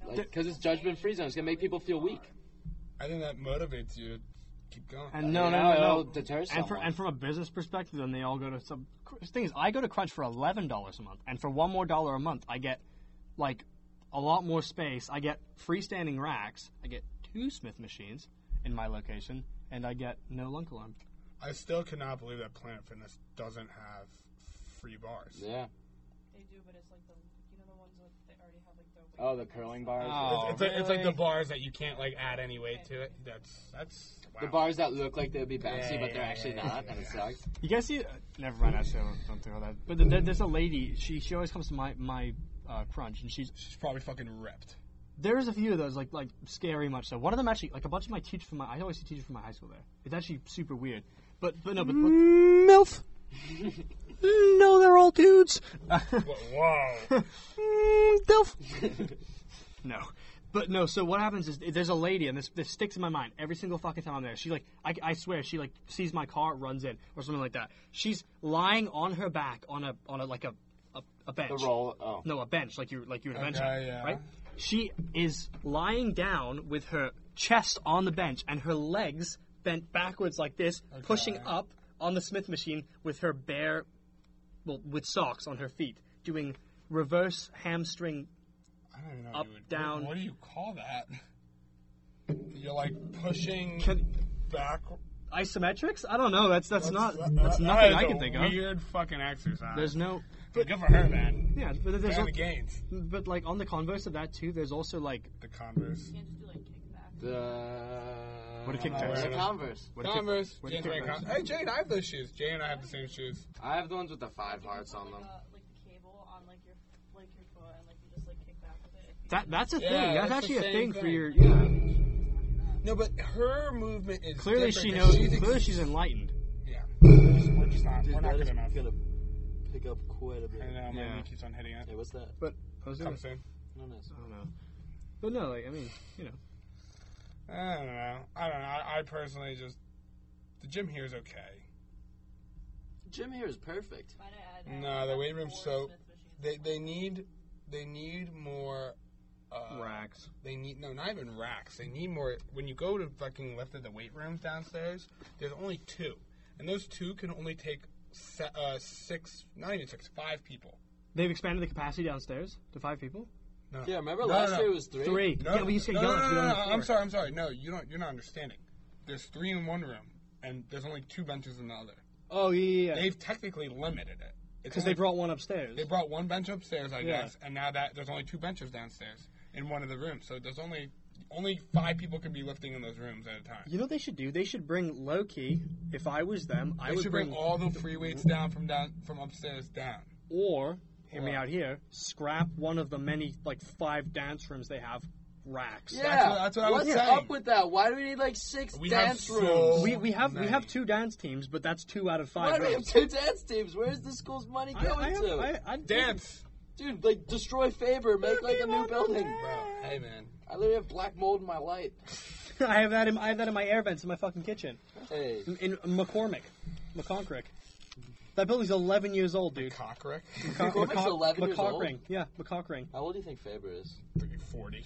[SPEAKER 4] No,
[SPEAKER 1] like because it's judgment free zone. It's gonna make people feel weak.
[SPEAKER 2] I think that motivates you to keep going.
[SPEAKER 3] And no,
[SPEAKER 1] You
[SPEAKER 3] no,
[SPEAKER 1] know,
[SPEAKER 3] no, no.
[SPEAKER 1] it'll deter
[SPEAKER 3] And, for,
[SPEAKER 1] someone.
[SPEAKER 3] and from a business perspective, then they all go to some. The thing is, I go to Crunch for eleven dollars a month, and for one more dollar a month, I get like a lot more space. I get freestanding racks. I get two Smith machines in my location, and I get no lunk alarm.
[SPEAKER 2] I still cannot believe that Planet Fitness doesn't have free bars.
[SPEAKER 1] Yeah.
[SPEAKER 4] they do, but it's like the you know the ones that they already have like the. weight
[SPEAKER 1] Oh, the
[SPEAKER 4] bands?
[SPEAKER 1] curling bars.
[SPEAKER 3] Oh,
[SPEAKER 2] it's, like, it's like the
[SPEAKER 3] really?
[SPEAKER 2] bars that you can't like add any weight to it. That's that's wow.
[SPEAKER 1] The bars that look like they would be bouncy,
[SPEAKER 2] Yeah,
[SPEAKER 1] but they're
[SPEAKER 2] yeah,
[SPEAKER 1] actually
[SPEAKER 2] yeah,
[SPEAKER 1] not,
[SPEAKER 2] yeah,
[SPEAKER 1] and it
[SPEAKER 2] yeah.
[SPEAKER 1] sucks.
[SPEAKER 3] You guys see? Uh, never mind. Actually, I don't- don't think about that. But th- th- there's a lady. She she always comes to my my uh, Crunch, and she's
[SPEAKER 2] She's probably fucking ripped.
[SPEAKER 3] there's a few of those like like scary much so. One of them actually like a bunch of my teachers from my I always see teachers from my high school there. It's actually super weird. But but no but, but MILF. [laughs] no, they're all dudes.
[SPEAKER 2] Whoa.
[SPEAKER 3] Mm, MILF. [laughs] no. But no, so what happens is there's a lady, and this this sticks in my mind every single fucking time I'm there. She like, I, I swear, she like sees my car, runs in, or something like that. She's lying on her back on a on a like a a, a bench.
[SPEAKER 1] The roll. Oh,
[SPEAKER 3] No, a bench, like you like you're in a bench,
[SPEAKER 2] Okay,
[SPEAKER 3] rack,
[SPEAKER 2] yeah.
[SPEAKER 3] right? She is lying down with her chest on the bench and her legs bent backwards like this, pushing up on the Smith machine with her bare, well, with socks on her feet, doing reverse hamstring.
[SPEAKER 2] I don't even know.
[SPEAKER 3] Up,
[SPEAKER 2] you would,
[SPEAKER 3] down.
[SPEAKER 2] What do you call that? You're like pushing
[SPEAKER 3] Can,
[SPEAKER 2] back.
[SPEAKER 3] isometrics? I don't know. That's that's, not
[SPEAKER 2] that-
[SPEAKER 3] that's
[SPEAKER 2] that
[SPEAKER 3] nothing
[SPEAKER 2] is
[SPEAKER 3] I
[SPEAKER 2] a
[SPEAKER 3] can think of.
[SPEAKER 2] Weird fucking exercise.
[SPEAKER 3] There's no
[SPEAKER 2] Good for her, man.
[SPEAKER 3] yeah, but there's
[SPEAKER 2] Damn
[SPEAKER 3] al-
[SPEAKER 2] the gains.
[SPEAKER 3] but like on the converse of that too. There's also like
[SPEAKER 2] The Converse.
[SPEAKER 4] You can't just do like kickback.
[SPEAKER 1] the
[SPEAKER 3] What a kick
[SPEAKER 2] pass.
[SPEAKER 1] The Converse.
[SPEAKER 3] what if it-
[SPEAKER 2] Converse.
[SPEAKER 3] what
[SPEAKER 2] Jane's
[SPEAKER 3] if it-
[SPEAKER 2] wearing Con- hey, Jane, I have those shoes. Jane and I have the same shoes.
[SPEAKER 1] I have the ones with the five
[SPEAKER 4] You can
[SPEAKER 1] hearts
[SPEAKER 4] put,
[SPEAKER 1] on
[SPEAKER 4] like,
[SPEAKER 1] them.
[SPEAKER 4] A, like the cable on like your like your foot and like you just like kick back with it. If you
[SPEAKER 3] that that's a
[SPEAKER 2] Yeah,
[SPEAKER 3] thing. That's,
[SPEAKER 2] that's the
[SPEAKER 3] actually a
[SPEAKER 2] same
[SPEAKER 3] thing, for
[SPEAKER 2] thing.
[SPEAKER 3] your.
[SPEAKER 1] Yeah.
[SPEAKER 2] No, but her movement is
[SPEAKER 3] Clearly,
[SPEAKER 2] different
[SPEAKER 3] she
[SPEAKER 2] 'cause
[SPEAKER 3] knows.
[SPEAKER 2] She's
[SPEAKER 3] Clearly, she's enlightened.
[SPEAKER 2] yeah, we're just not. we're not good enough.
[SPEAKER 1] gonna pick up quite a bit.
[SPEAKER 2] I know my
[SPEAKER 3] Yeah.
[SPEAKER 2] knee keeps on hitting it.
[SPEAKER 1] Hey, what's that?
[SPEAKER 3] But I was
[SPEAKER 2] Come
[SPEAKER 3] gonna
[SPEAKER 2] soon.
[SPEAKER 1] No, no, it's-
[SPEAKER 3] I don't know. But no, like I mean, you know,
[SPEAKER 2] I don't know. I don't know. I, I personally just the gym here is okay.
[SPEAKER 1] Gym here is perfect.
[SPEAKER 4] might add,
[SPEAKER 2] No, the weight room's so-
[SPEAKER 4] four Smith machines.
[SPEAKER 2] They they need they need more. Uh,
[SPEAKER 3] racks.
[SPEAKER 2] They need no, not even racks. They need more. When you go to fucking lift at the weight rooms downstairs, there's only two, and those two can only take se- uh, six, not even six, five people.
[SPEAKER 3] They've expanded the capacity downstairs to five people.
[SPEAKER 2] No.
[SPEAKER 1] Yeah, remember
[SPEAKER 2] No,
[SPEAKER 1] last
[SPEAKER 2] no.
[SPEAKER 1] year it was three.
[SPEAKER 3] Three.
[SPEAKER 2] No,
[SPEAKER 3] yeah, but you said
[SPEAKER 2] no,
[SPEAKER 3] yours.
[SPEAKER 2] no, no,
[SPEAKER 3] we
[SPEAKER 2] no,
[SPEAKER 3] only
[SPEAKER 2] no,
[SPEAKER 3] had
[SPEAKER 2] I'm
[SPEAKER 3] four.
[SPEAKER 2] sorry, I'm sorry. No, you don't. You're not understanding. There's three in one room, and there's only two benches in the other.
[SPEAKER 3] Oh yeah, yeah, yeah.
[SPEAKER 2] They've technically limited it. It's
[SPEAKER 3] Because they
[SPEAKER 2] only-
[SPEAKER 3] brought one upstairs.
[SPEAKER 2] they brought one bench upstairs, I
[SPEAKER 3] Yeah.
[SPEAKER 2] guess, and now that there's only two benches downstairs in one of the rooms. So there's only only five people can be lifting in those rooms at a time.
[SPEAKER 3] You know what they should do? They should bring low key. If I was them, I
[SPEAKER 2] they
[SPEAKER 3] would
[SPEAKER 2] should bring,
[SPEAKER 3] bring,
[SPEAKER 2] all the free weights down from down from upstairs down.
[SPEAKER 3] or hear me
[SPEAKER 2] Or-
[SPEAKER 3] out here. Scrap one of the many like five dance rooms they have racks.
[SPEAKER 1] Yeah,
[SPEAKER 2] That's what- that's what I was
[SPEAKER 1] what's
[SPEAKER 2] saying.
[SPEAKER 1] up with that? Why do we need like six
[SPEAKER 2] We have
[SPEAKER 1] dance
[SPEAKER 2] so
[SPEAKER 1] rooms?
[SPEAKER 3] We, we have we
[SPEAKER 2] Many.
[SPEAKER 3] have two dance teams, but that's two out of
[SPEAKER 1] Why
[SPEAKER 3] five.
[SPEAKER 1] do we have
[SPEAKER 3] rooms.
[SPEAKER 1] two dance teams? Where's the school's money
[SPEAKER 3] I-
[SPEAKER 1] going
[SPEAKER 3] I have-
[SPEAKER 1] to?
[SPEAKER 3] I- I-
[SPEAKER 2] Dance,
[SPEAKER 1] Dude, like destroy favor, make like a new building.
[SPEAKER 2] bro. Hey, man.
[SPEAKER 1] I literally have black mold in my light.
[SPEAKER 3] [laughs] I have that in I have that in my air vents in my fucking kitchen
[SPEAKER 1] Hey,
[SPEAKER 3] in, in McCormick, McConcrick. That building's 11 years
[SPEAKER 1] [laughs]
[SPEAKER 3] old, dude.
[SPEAKER 2] Cockrick.
[SPEAKER 3] McCon-
[SPEAKER 1] McCormick's
[SPEAKER 3] McCon-
[SPEAKER 1] 11 years old?
[SPEAKER 3] McCockring. Yeah, McCockring.
[SPEAKER 1] how old do you think favor is?
[SPEAKER 2] Freaking [laughs] Forty.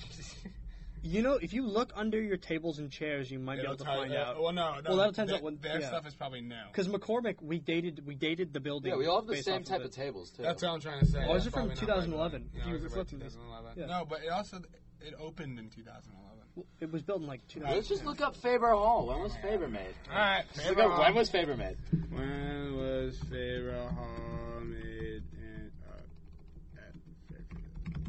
[SPEAKER 3] You know, if you look under your tables and chairs, you might be able to
[SPEAKER 2] tell you-
[SPEAKER 3] find out.
[SPEAKER 2] Well, no, no.
[SPEAKER 3] Well, that depends
[SPEAKER 2] their,
[SPEAKER 3] on what-
[SPEAKER 2] their
[SPEAKER 3] yeah.
[SPEAKER 2] stuff is probably no.
[SPEAKER 3] Because McCormick, we dated we dated the building.
[SPEAKER 1] Yeah, we all have the
[SPEAKER 3] based
[SPEAKER 1] same
[SPEAKER 3] off
[SPEAKER 1] type
[SPEAKER 3] it.
[SPEAKER 1] of tables too.
[SPEAKER 2] That's what I'm trying to say.
[SPEAKER 3] Oh, is
[SPEAKER 2] That's
[SPEAKER 3] it
[SPEAKER 2] probably
[SPEAKER 3] from
[SPEAKER 2] not
[SPEAKER 3] 2011?
[SPEAKER 2] right. No,
[SPEAKER 3] You
[SPEAKER 2] it's
[SPEAKER 3] referred
[SPEAKER 2] about
[SPEAKER 3] to this.
[SPEAKER 2] 2011.
[SPEAKER 3] Yeah.
[SPEAKER 2] No, but it also it opened in 2011.
[SPEAKER 3] It was built in like
[SPEAKER 1] Let's
[SPEAKER 3] 2000.
[SPEAKER 1] just look up Faber Hall. When was Faber made?
[SPEAKER 2] All right.
[SPEAKER 1] Just look up when was Faber made.
[SPEAKER 2] When was Pharaoh Hamid and uh, at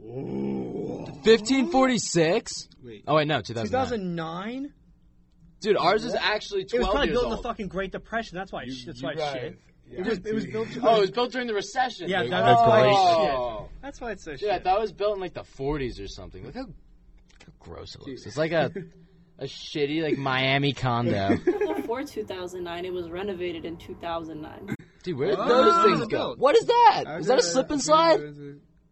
[SPEAKER 2] Ooh.
[SPEAKER 1] 1546.
[SPEAKER 2] Wait.
[SPEAKER 1] Oh wait, no, 2009.
[SPEAKER 3] 2009.
[SPEAKER 1] Dude, ours is actually
[SPEAKER 3] It was
[SPEAKER 1] 12
[SPEAKER 3] probably
[SPEAKER 1] years
[SPEAKER 3] built in the
[SPEAKER 1] old.
[SPEAKER 3] fucking Great Depression. That's why. It, sh- that's why it's shit. It was it
[SPEAKER 1] [laughs]
[SPEAKER 3] was built.
[SPEAKER 1] Oh, it was built during the recession.
[SPEAKER 3] Yeah,
[SPEAKER 1] dude.
[SPEAKER 3] that- that's
[SPEAKER 1] oh.
[SPEAKER 3] why it's that's why it's so
[SPEAKER 1] Dude, I
[SPEAKER 3] shit.
[SPEAKER 1] thought it was built in like the 40s or something. Look how, look how gross it looks. It's like
[SPEAKER 3] [laughs]
[SPEAKER 1] a a shitty like Miami condo.
[SPEAKER 4] Before 2009, it was renovated in 2009.
[SPEAKER 1] Dude, where did
[SPEAKER 2] Oh,
[SPEAKER 1] those things
[SPEAKER 3] it's
[SPEAKER 1] go?
[SPEAKER 3] built.
[SPEAKER 1] What is that? Is that a slip and slide?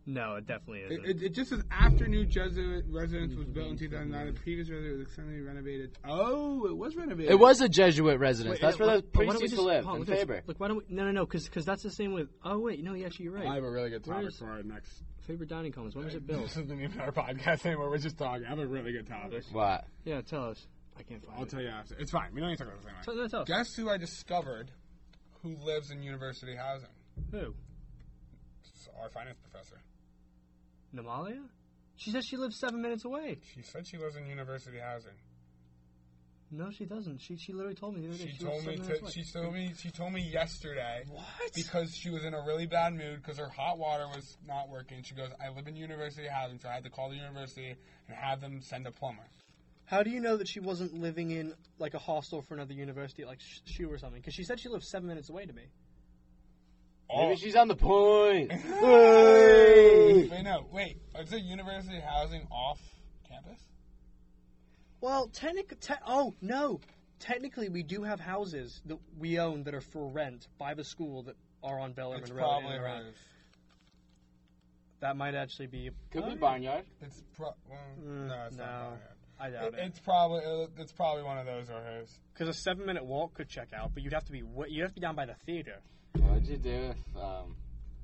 [SPEAKER 3] No, it definitely
[SPEAKER 2] It,
[SPEAKER 3] is.
[SPEAKER 2] it, it just says after new Jesuit residence was built in 2009, the previous residence was extended renovated. Oh, it was renovated.
[SPEAKER 1] It was a Jesuit residence. That's where the
[SPEAKER 3] why don't
[SPEAKER 1] priests
[SPEAKER 3] we
[SPEAKER 1] used to
[SPEAKER 3] just-
[SPEAKER 1] live
[SPEAKER 3] hold on,
[SPEAKER 1] in
[SPEAKER 3] look at this.
[SPEAKER 1] Faber.
[SPEAKER 3] Look, why don't we? No, no, no, because that's the same with. Oh wait, no, yeah, actually, you're
[SPEAKER 2] I
[SPEAKER 3] right.
[SPEAKER 2] have a really good
[SPEAKER 3] Where
[SPEAKER 2] topic
[SPEAKER 3] is-
[SPEAKER 2] for our next.
[SPEAKER 3] Favorite dining commons. When was it
[SPEAKER 2] This
[SPEAKER 3] [laughs] built?
[SPEAKER 2] isn't even our podcast anymore. We're just talking. I have a really good topic.
[SPEAKER 1] What?
[SPEAKER 3] Yeah, tell us. I can't find
[SPEAKER 2] I'll
[SPEAKER 3] it.
[SPEAKER 2] tell you after. It's fine. We don't need to talk about this
[SPEAKER 3] Tell,
[SPEAKER 2] anymore.
[SPEAKER 3] no, tell us.
[SPEAKER 2] Guess who I discovered who lives in university housing?
[SPEAKER 3] Who?
[SPEAKER 2] It's our finance professor.
[SPEAKER 3] Namalia? She says she lives seven minutes away.
[SPEAKER 2] She said she lives in university housing.
[SPEAKER 3] No, she doesn't. She she literally told me the other day.
[SPEAKER 2] She
[SPEAKER 3] lives
[SPEAKER 2] told
[SPEAKER 3] seven
[SPEAKER 2] me to,
[SPEAKER 3] minutes away.
[SPEAKER 2] she told me she told me yesterday
[SPEAKER 1] What?
[SPEAKER 2] because she was in a really bad mood because her hot water was not working. She goes, "I live in university housing, so I had to call the university and have them send a plumber."
[SPEAKER 3] How do you know that she wasn't living in like a hostel for another university, like Sh- SHU or something? Because she said she lived seven minutes away to me. Oh.
[SPEAKER 1] Maybe she's on the
[SPEAKER 3] [laughs]
[SPEAKER 1] point.
[SPEAKER 2] Oh, wait, no, wait. Is it university housing off campus?
[SPEAKER 3] Well, technically, te- oh no, technically we do have houses that we own that are for rent by the school that are on Bell Air
[SPEAKER 2] It's
[SPEAKER 3] Road.
[SPEAKER 2] probably
[SPEAKER 3] and around.
[SPEAKER 2] hers.
[SPEAKER 3] That might actually be.
[SPEAKER 1] Could
[SPEAKER 3] Oh,
[SPEAKER 1] be
[SPEAKER 3] yeah.
[SPEAKER 1] barnyard.
[SPEAKER 2] It's pro- well,
[SPEAKER 3] Mm,
[SPEAKER 2] no, it's not.
[SPEAKER 3] no.
[SPEAKER 2] hers.
[SPEAKER 3] I doubt
[SPEAKER 2] It,
[SPEAKER 3] it.
[SPEAKER 2] it's probably it's probably one of those or hers. [laughs]
[SPEAKER 3] Because a seven-minute walk could check out, but you'd have to be wa- you'd have to be down by the theater.
[SPEAKER 1] What'd you do if um,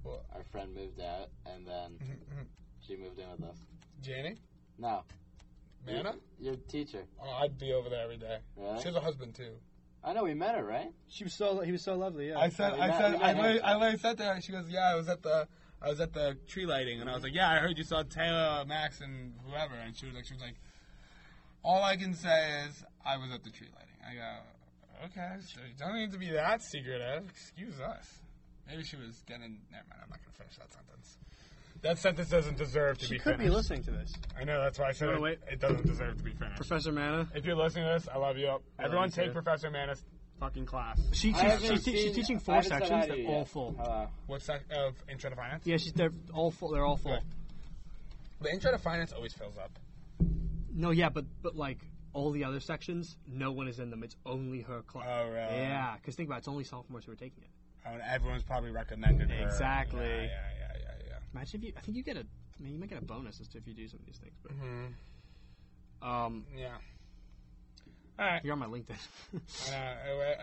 [SPEAKER 2] What?
[SPEAKER 1] our friend moved out and then she moved in with us?
[SPEAKER 2] Janie,
[SPEAKER 1] No,
[SPEAKER 2] Manna.
[SPEAKER 1] your teacher.
[SPEAKER 2] Oh, I'd be over there every day.
[SPEAKER 1] Really?
[SPEAKER 2] She has a husband too.
[SPEAKER 1] I know we met her, right?
[SPEAKER 3] She was so he was so lovely. Yeah.
[SPEAKER 2] I said,
[SPEAKER 1] we
[SPEAKER 2] I
[SPEAKER 1] met-
[SPEAKER 2] said,
[SPEAKER 1] we met
[SPEAKER 2] I
[SPEAKER 1] him.
[SPEAKER 2] literally, I literally said to her, she goes, yeah, I was at the, I was at the tree lighting, and I was like, yeah, I heard you saw Taylor, uh, Max, and whoever, and she was like, she was like, all I can say is I was at the tree lighting. I go, okay, so you don't need to be that secretive. Excuse us. Maybe she was getting. Never mind. I'm not gonna finish that sentence. That sentence doesn't deserve to
[SPEAKER 3] she
[SPEAKER 2] be
[SPEAKER 3] could
[SPEAKER 2] finished.
[SPEAKER 3] be listening to this.
[SPEAKER 2] I know that's why I said
[SPEAKER 3] Wait,
[SPEAKER 2] it,
[SPEAKER 3] wait.
[SPEAKER 2] it doesn't deserve to be finished.
[SPEAKER 3] Professor Manna.
[SPEAKER 2] If you're listening to this, I love you. Everyone
[SPEAKER 3] you
[SPEAKER 2] take
[SPEAKER 3] too.
[SPEAKER 2] Professor Manis fucking class.
[SPEAKER 3] She,
[SPEAKER 1] I
[SPEAKER 3] she's,
[SPEAKER 1] haven't
[SPEAKER 3] she's, te-
[SPEAKER 1] seen-
[SPEAKER 3] she's teaching
[SPEAKER 1] I
[SPEAKER 3] four
[SPEAKER 1] haven't said hi
[SPEAKER 3] sections.
[SPEAKER 1] to
[SPEAKER 3] They're
[SPEAKER 1] you
[SPEAKER 3] all
[SPEAKER 1] yet.
[SPEAKER 3] full.
[SPEAKER 1] Hello.
[SPEAKER 2] What sec of intro to finance?
[SPEAKER 3] Yeah, she's they're all full. They're all full.
[SPEAKER 2] Good. The intro to finance always fills up.
[SPEAKER 3] No, yeah, but but like all the other sections, no one is in them. It's only her class.
[SPEAKER 2] Oh, really?
[SPEAKER 3] Yeah, because think about it, it's only sophomores who are taking it.
[SPEAKER 2] Oh, and everyone's probably recommended her.
[SPEAKER 3] Exactly.
[SPEAKER 2] Yeah, yeah, yeah, yeah.
[SPEAKER 3] Imagine if you. I think you get a. I mean, you might get a bonus as to if you do some of these things. But
[SPEAKER 2] yeah. hmm
[SPEAKER 3] um,
[SPEAKER 2] Yeah. All right.
[SPEAKER 3] you're on my LinkedIn.
[SPEAKER 2] Uh,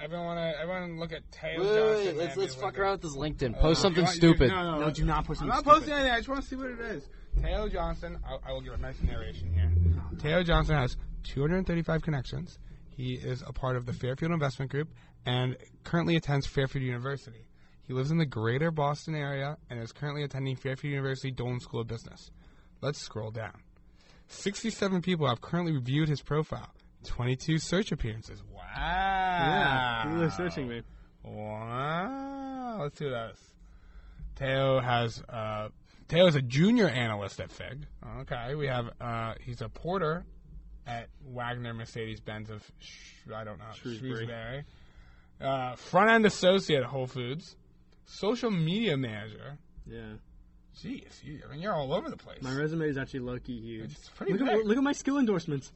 [SPEAKER 2] everyone, wanna, everyone, look at
[SPEAKER 1] Wait,
[SPEAKER 2] Taylor.
[SPEAKER 1] wait, wait,
[SPEAKER 2] Johnson,
[SPEAKER 1] Let's
[SPEAKER 2] Abby
[SPEAKER 1] let's fuck
[SPEAKER 2] Lincoln.
[SPEAKER 1] around with this LinkedIn.
[SPEAKER 2] Uh,
[SPEAKER 1] Post
[SPEAKER 2] you
[SPEAKER 1] something
[SPEAKER 2] want- you-
[SPEAKER 1] stupid.
[SPEAKER 2] [laughs] no, no,
[SPEAKER 3] no, do not post.
[SPEAKER 2] I'm not posting anything. I just want to see what it is. Taylor Johnson. I'll, I will give a nice narration here. Taylor Johnson has 235 connections. He is a part of the Fairfield Investment Group and currently attends Fairfield University. He lives in the greater Boston area and is currently attending Fairfield University Dolan School of Business. Let's scroll down. 67 people have currently reviewed his profile. 22 search appearances. Wow.
[SPEAKER 3] Yeah, you were searching me.
[SPEAKER 2] Wow. Let's do this. Teo has uh, Teo is a junior analyst at Fig. Okay, we have uh, he's a porter at Wagner Mercedes Benz of Sh- I don't know
[SPEAKER 3] Shrewsbury.
[SPEAKER 2] Shrewsbury. Uh, front end associate at Whole Foods, social media manager.
[SPEAKER 3] Yeah,
[SPEAKER 2] Jeez, you, I mean you're all over the place.
[SPEAKER 3] my resume is actually low key huge.
[SPEAKER 2] it's pretty
[SPEAKER 3] Look
[SPEAKER 2] big.
[SPEAKER 3] at, look at my skill endorsements.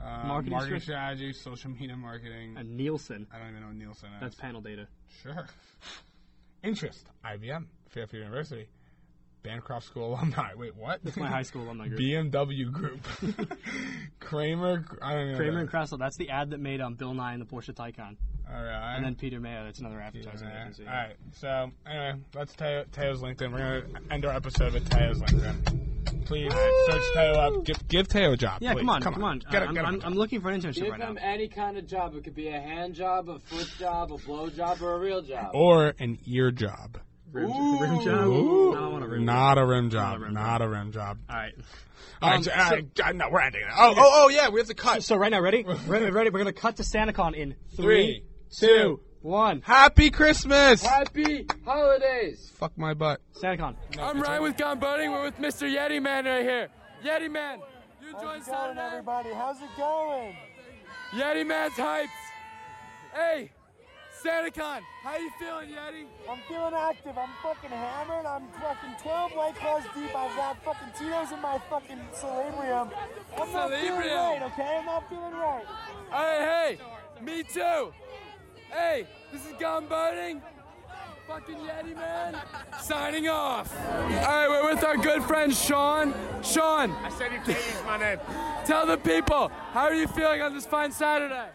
[SPEAKER 2] uh,
[SPEAKER 3] marketing
[SPEAKER 2] marketing,
[SPEAKER 3] strat-
[SPEAKER 2] strategy, social media marketing.
[SPEAKER 3] And Nielsen.
[SPEAKER 2] I don't even know what Nielsen is.
[SPEAKER 3] That's panel data.
[SPEAKER 2] Sure. Interest: IBM, Fairfield University, Bancroft School alumni. Wait, what?
[SPEAKER 3] That's my high school alumni group.
[SPEAKER 2] BMW
[SPEAKER 3] [laughs]
[SPEAKER 2] Group. Kramer. I don't know.
[SPEAKER 3] Kramer and Kressel. That's the ad that made um, Bill Nye and the Porsche Taycan.
[SPEAKER 2] All right.
[SPEAKER 3] And then Peter Mayo. That's another
[SPEAKER 2] Yeah.
[SPEAKER 3] advertising agency.
[SPEAKER 2] All right. So anyway, that's Teo, Teo's LinkedIn. We're gonna end our episode with Teo's LinkedIn. Please uh, search Teo up. Give, give Teo a job.
[SPEAKER 3] Yeah,
[SPEAKER 2] please.
[SPEAKER 3] come on, come on.
[SPEAKER 2] Get
[SPEAKER 3] Uh,
[SPEAKER 2] him,
[SPEAKER 3] I'm,
[SPEAKER 2] get him.
[SPEAKER 3] I'm, I'm looking for an internship
[SPEAKER 5] Give
[SPEAKER 3] right
[SPEAKER 5] him
[SPEAKER 3] now.
[SPEAKER 5] any kind of job. It could be a hand job, a foot job, a blow job, or a real job.
[SPEAKER 3] Oh.
[SPEAKER 2] or an ear job.
[SPEAKER 3] Rim, rim job.
[SPEAKER 2] Ooh.
[SPEAKER 3] I don't want a rim job.
[SPEAKER 2] Not a rim job.
[SPEAKER 3] a rim
[SPEAKER 2] Not a rim job.
[SPEAKER 3] All right.
[SPEAKER 2] All right.
[SPEAKER 3] Um,
[SPEAKER 2] so,
[SPEAKER 3] so-
[SPEAKER 2] uh, uh, no, we're ending it. Oh, oh, oh, yeah. We have to cut.
[SPEAKER 3] So right now, [laughs] ready? ready, ready. We're gonna cut to SantaCon in
[SPEAKER 2] Three,
[SPEAKER 3] three,
[SPEAKER 2] two,
[SPEAKER 3] two, one.
[SPEAKER 2] [laughs] Happy Christmas!
[SPEAKER 5] Happy holidays!
[SPEAKER 2] Fuck my butt.
[SPEAKER 3] SantaCon.
[SPEAKER 6] I'm Ryan with Gun Bunny. We're with Mr. Yeti Man right here. Yeti Man, you enjoying Saturday? everybody? How's it going? Yeti Man's hyped. Hey, SantaCon, how you feeling, Yeti?
[SPEAKER 7] I'm feeling active. I'm fucking hammered. I'm fucking 12 white claws deep. I've got fucking Tito's in my fucking Celebrium. I'm not feeling
[SPEAKER 6] Celebrium.
[SPEAKER 7] right, okay? I'm not feeling right.
[SPEAKER 6] Hey, hey, me too. Hey, this is Gun Bunny. Fucking Yeti Man. Signing off. All right, we're with our good friend Sean. Sean,
[SPEAKER 8] I said you can't use my name.
[SPEAKER 6] tell the people how are you feeling on this fine Saturday?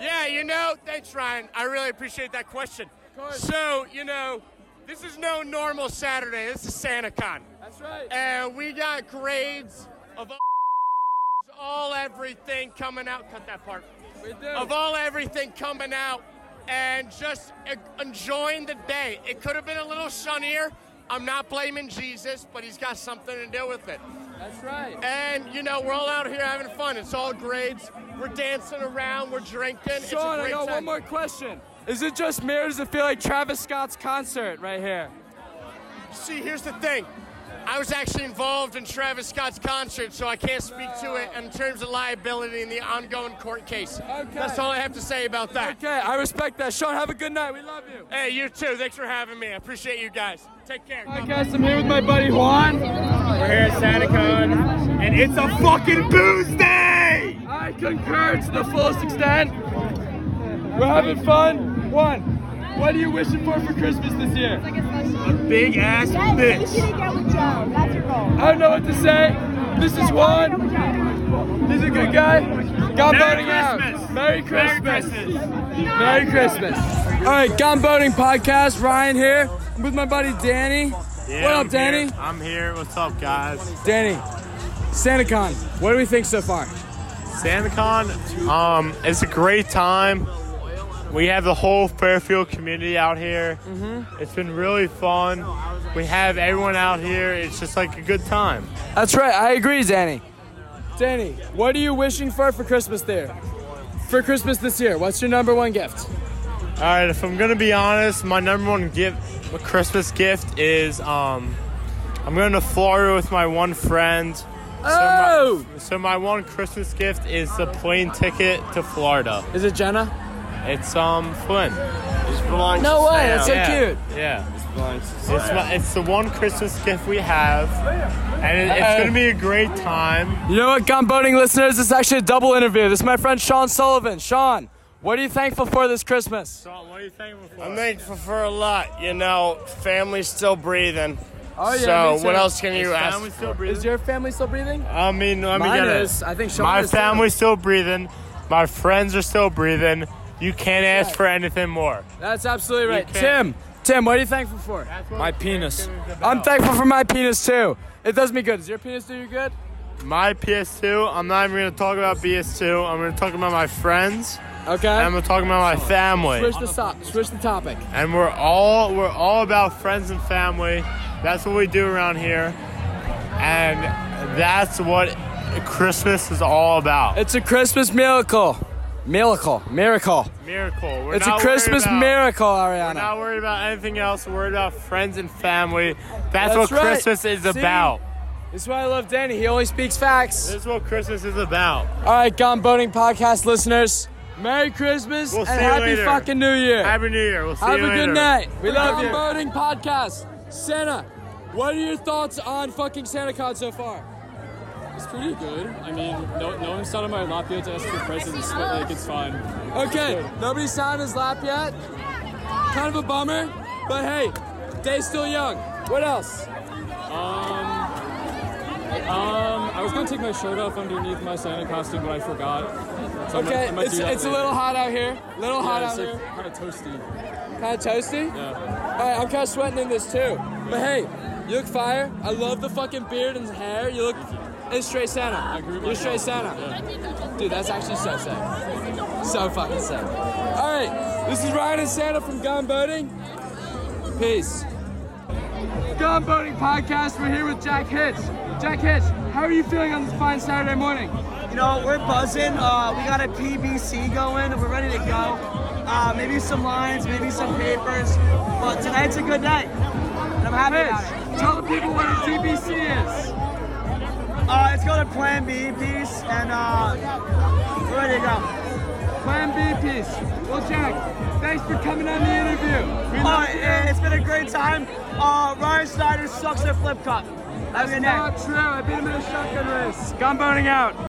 [SPEAKER 8] Yeah, you know, Oh, thanks, Ryan. I really appreciate that question.
[SPEAKER 6] course.
[SPEAKER 8] So, you know, this is no normal Saturday. This is SantaCon.
[SPEAKER 6] That's right.
[SPEAKER 8] And we got grades of all, all everything coming out. Cut that part.
[SPEAKER 6] we do.
[SPEAKER 8] Of all everything coming out and just e- enjoying the day. It could have been a little sunnier. I'm not blaming Jesus, but he's got something to do with it.
[SPEAKER 6] That's right.
[SPEAKER 8] Eh, And you know, we're all out here having fun. It's all grades. We're dancing around. We're drinking. it's a
[SPEAKER 6] Sean, I
[SPEAKER 8] great
[SPEAKER 6] got one
[SPEAKER 8] time.
[SPEAKER 6] more question. Is it just me or does it feel like Travis Scott's concert right here?
[SPEAKER 8] See, here's the thing. I was actually involved in Travis Scott's concert, so I can't speak to it in terms of liability in the ongoing court case.
[SPEAKER 6] Okay.
[SPEAKER 8] That's all I have to say about that.
[SPEAKER 6] Okay, I respect that. Sean, have a good night. We love you.
[SPEAKER 8] Hey, you too. Thanks for having me. I appreciate you guys. Take care.
[SPEAKER 6] Hi guys, I'm here with my buddy Juan. We're here at SantaCon, and it's a fucking booze day! I concur to the fullest extent. We're having fun. Juan, what are you wishing for for Christmas this year?
[SPEAKER 9] A big ass bitch. That's your goal.
[SPEAKER 6] I don't know what to say. This is Juan. He's a good guy. God
[SPEAKER 9] Merry
[SPEAKER 6] voting out.
[SPEAKER 9] Christmas.
[SPEAKER 6] Merry
[SPEAKER 9] Merry
[SPEAKER 6] Christmas.
[SPEAKER 9] Christmas.
[SPEAKER 6] Merry Christmas. All right, Gone Boating Podcast. Ryan here. I'm with my buddy Danny.
[SPEAKER 9] Yeah,
[SPEAKER 6] what up,
[SPEAKER 9] I'm
[SPEAKER 6] Danny?
[SPEAKER 9] Here. I'm here. What's up, guys?
[SPEAKER 6] Danny, SantaCon. What do we think so far?
[SPEAKER 9] SantaCon, um, it's a great time. We have the whole Fairfield community out here. It's been really fun. We have everyone out here. It's just like a good time.
[SPEAKER 6] That's right. I agree, Danny. Danny, what are you wishing for for Christmas there? For Christmas this year, what's your number one gift?
[SPEAKER 9] All right, if I'm gonna be honest, my number one gift, my Christmas gift is um, I'm going to Florida with my one friend.
[SPEAKER 6] Oh!
[SPEAKER 9] So my, so my one Christmas gift is the plane ticket to Florida.
[SPEAKER 6] Is it Jenna?
[SPEAKER 9] It's um Flynn.
[SPEAKER 6] No way. That's so
[SPEAKER 9] yeah.
[SPEAKER 6] cute.
[SPEAKER 9] Yeah. It's my, it's the one Christmas gift we have, and it, it's
[SPEAKER 6] Uh-oh.
[SPEAKER 9] gonna be a great time.
[SPEAKER 6] You know what, gun boating listeners? This is actually a double interview. This is my friend Sean Sullivan. Sean, what are you thankful for this Christmas?
[SPEAKER 9] Sean, what are you thinking?
[SPEAKER 8] I'm thankful for a lot. You know, family's still breathing.
[SPEAKER 6] Oh
[SPEAKER 8] so what else can you ask?
[SPEAKER 9] Family still
[SPEAKER 6] Is
[SPEAKER 9] breathing.
[SPEAKER 6] your family still breathing?
[SPEAKER 9] I mean, let me
[SPEAKER 6] Mine
[SPEAKER 9] get it.
[SPEAKER 6] is. I think Sean
[SPEAKER 9] My
[SPEAKER 6] is too.
[SPEAKER 9] family's still breathing. My friends are still breathing. You can't ask for anything more.
[SPEAKER 6] That's absolutely right. Tim,
[SPEAKER 9] can't-
[SPEAKER 6] Tim, what are you thankful for?
[SPEAKER 9] My
[SPEAKER 6] penis. I'm thankful for my penis too. It does me good. Does your penis do you good?
[SPEAKER 9] My PS2. I'm not even gonna talk about PS2. I'm gonna talk about my friends. Okay. And we're talking about my family.
[SPEAKER 6] Switch the, so- switch the topic.
[SPEAKER 9] And we're all we're all about friends and family. That's what we do around here. And that's what Christmas is all about.
[SPEAKER 6] It's a Christmas miracle. Miracle. Miracle.
[SPEAKER 9] Miracle. We're
[SPEAKER 6] it's a
[SPEAKER 9] not worried
[SPEAKER 6] Christmas
[SPEAKER 9] about-
[SPEAKER 6] miracle,
[SPEAKER 9] We're
[SPEAKER 6] Ariana.
[SPEAKER 9] not worried about anything else. We're worried about friends and family. That's,
[SPEAKER 6] That's
[SPEAKER 9] what
[SPEAKER 6] right.
[SPEAKER 9] Christmas is
[SPEAKER 6] See?
[SPEAKER 9] about.
[SPEAKER 6] This is why I love Danny. He always speaks facts.
[SPEAKER 9] This is what Christmas is about.
[SPEAKER 6] All right, Gone Boating Podcast listeners, Merry Christmas
[SPEAKER 9] We'll
[SPEAKER 6] and
[SPEAKER 9] see you
[SPEAKER 6] Happy
[SPEAKER 9] later.
[SPEAKER 6] fucking New Year.
[SPEAKER 9] Happy New Year. We'll see
[SPEAKER 6] Have
[SPEAKER 9] you
[SPEAKER 6] a
[SPEAKER 9] later.
[SPEAKER 6] good night. We love you.
[SPEAKER 5] Boating Podcast. Santa, what are your thoughts on fucking SantaCon so far? It's pretty good. I mean, no, no one's out of my lap yet to ask for presents, but like it's fine.
[SPEAKER 6] Okay, nobody's signed his lap yet. Kind of a bummer, but hey, day's still young. What else?
[SPEAKER 5] Um, I was gonna take my shirt off underneath my Santa costume, but I forgot. So I might-
[SPEAKER 6] Okay,
[SPEAKER 5] I might
[SPEAKER 6] it's,
[SPEAKER 5] do that
[SPEAKER 6] it's a
[SPEAKER 5] later.
[SPEAKER 6] little hot out here. Little
[SPEAKER 5] Yeah,
[SPEAKER 6] hot
[SPEAKER 5] it's
[SPEAKER 6] out
[SPEAKER 5] like
[SPEAKER 6] here.
[SPEAKER 5] Kind of toasty.
[SPEAKER 6] Kind of toasty.
[SPEAKER 5] Yeah.
[SPEAKER 6] All right, I'm kind of sweating in this too. But hey, you look fire. I love the fucking beard and hair. You look and straight Santa.
[SPEAKER 5] agree with
[SPEAKER 6] You're
[SPEAKER 5] you.
[SPEAKER 6] straight Santa. Dude, that's actually so sick. So fucking sick. All right, this is Ryan and Santa from Gun Boating. Peace. Gun Boating Podcast. We're here with Jack Hitch. Jack Hitch, how are you feeling on this fine Saturday morning?
[SPEAKER 10] You know, we're buzzing. Uh, we got a PBC going. We're ready to go. Uh, maybe some lines, maybe some papers. But tonight's a good night. And I'm happy about it. Tell the people what a PBC is. Uh, it's called a Plan B piece, and uh, we're ready to go.
[SPEAKER 6] Plan B peace. Well, Jack, thanks for coming on the interview. We
[SPEAKER 10] Uh,
[SPEAKER 6] love you.
[SPEAKER 10] it's been a great time. Uh, Ryan Snyder sucks at Flip Cup. Have a good night.
[SPEAKER 6] Not true. I've been in a shotgun race. Gun boating out.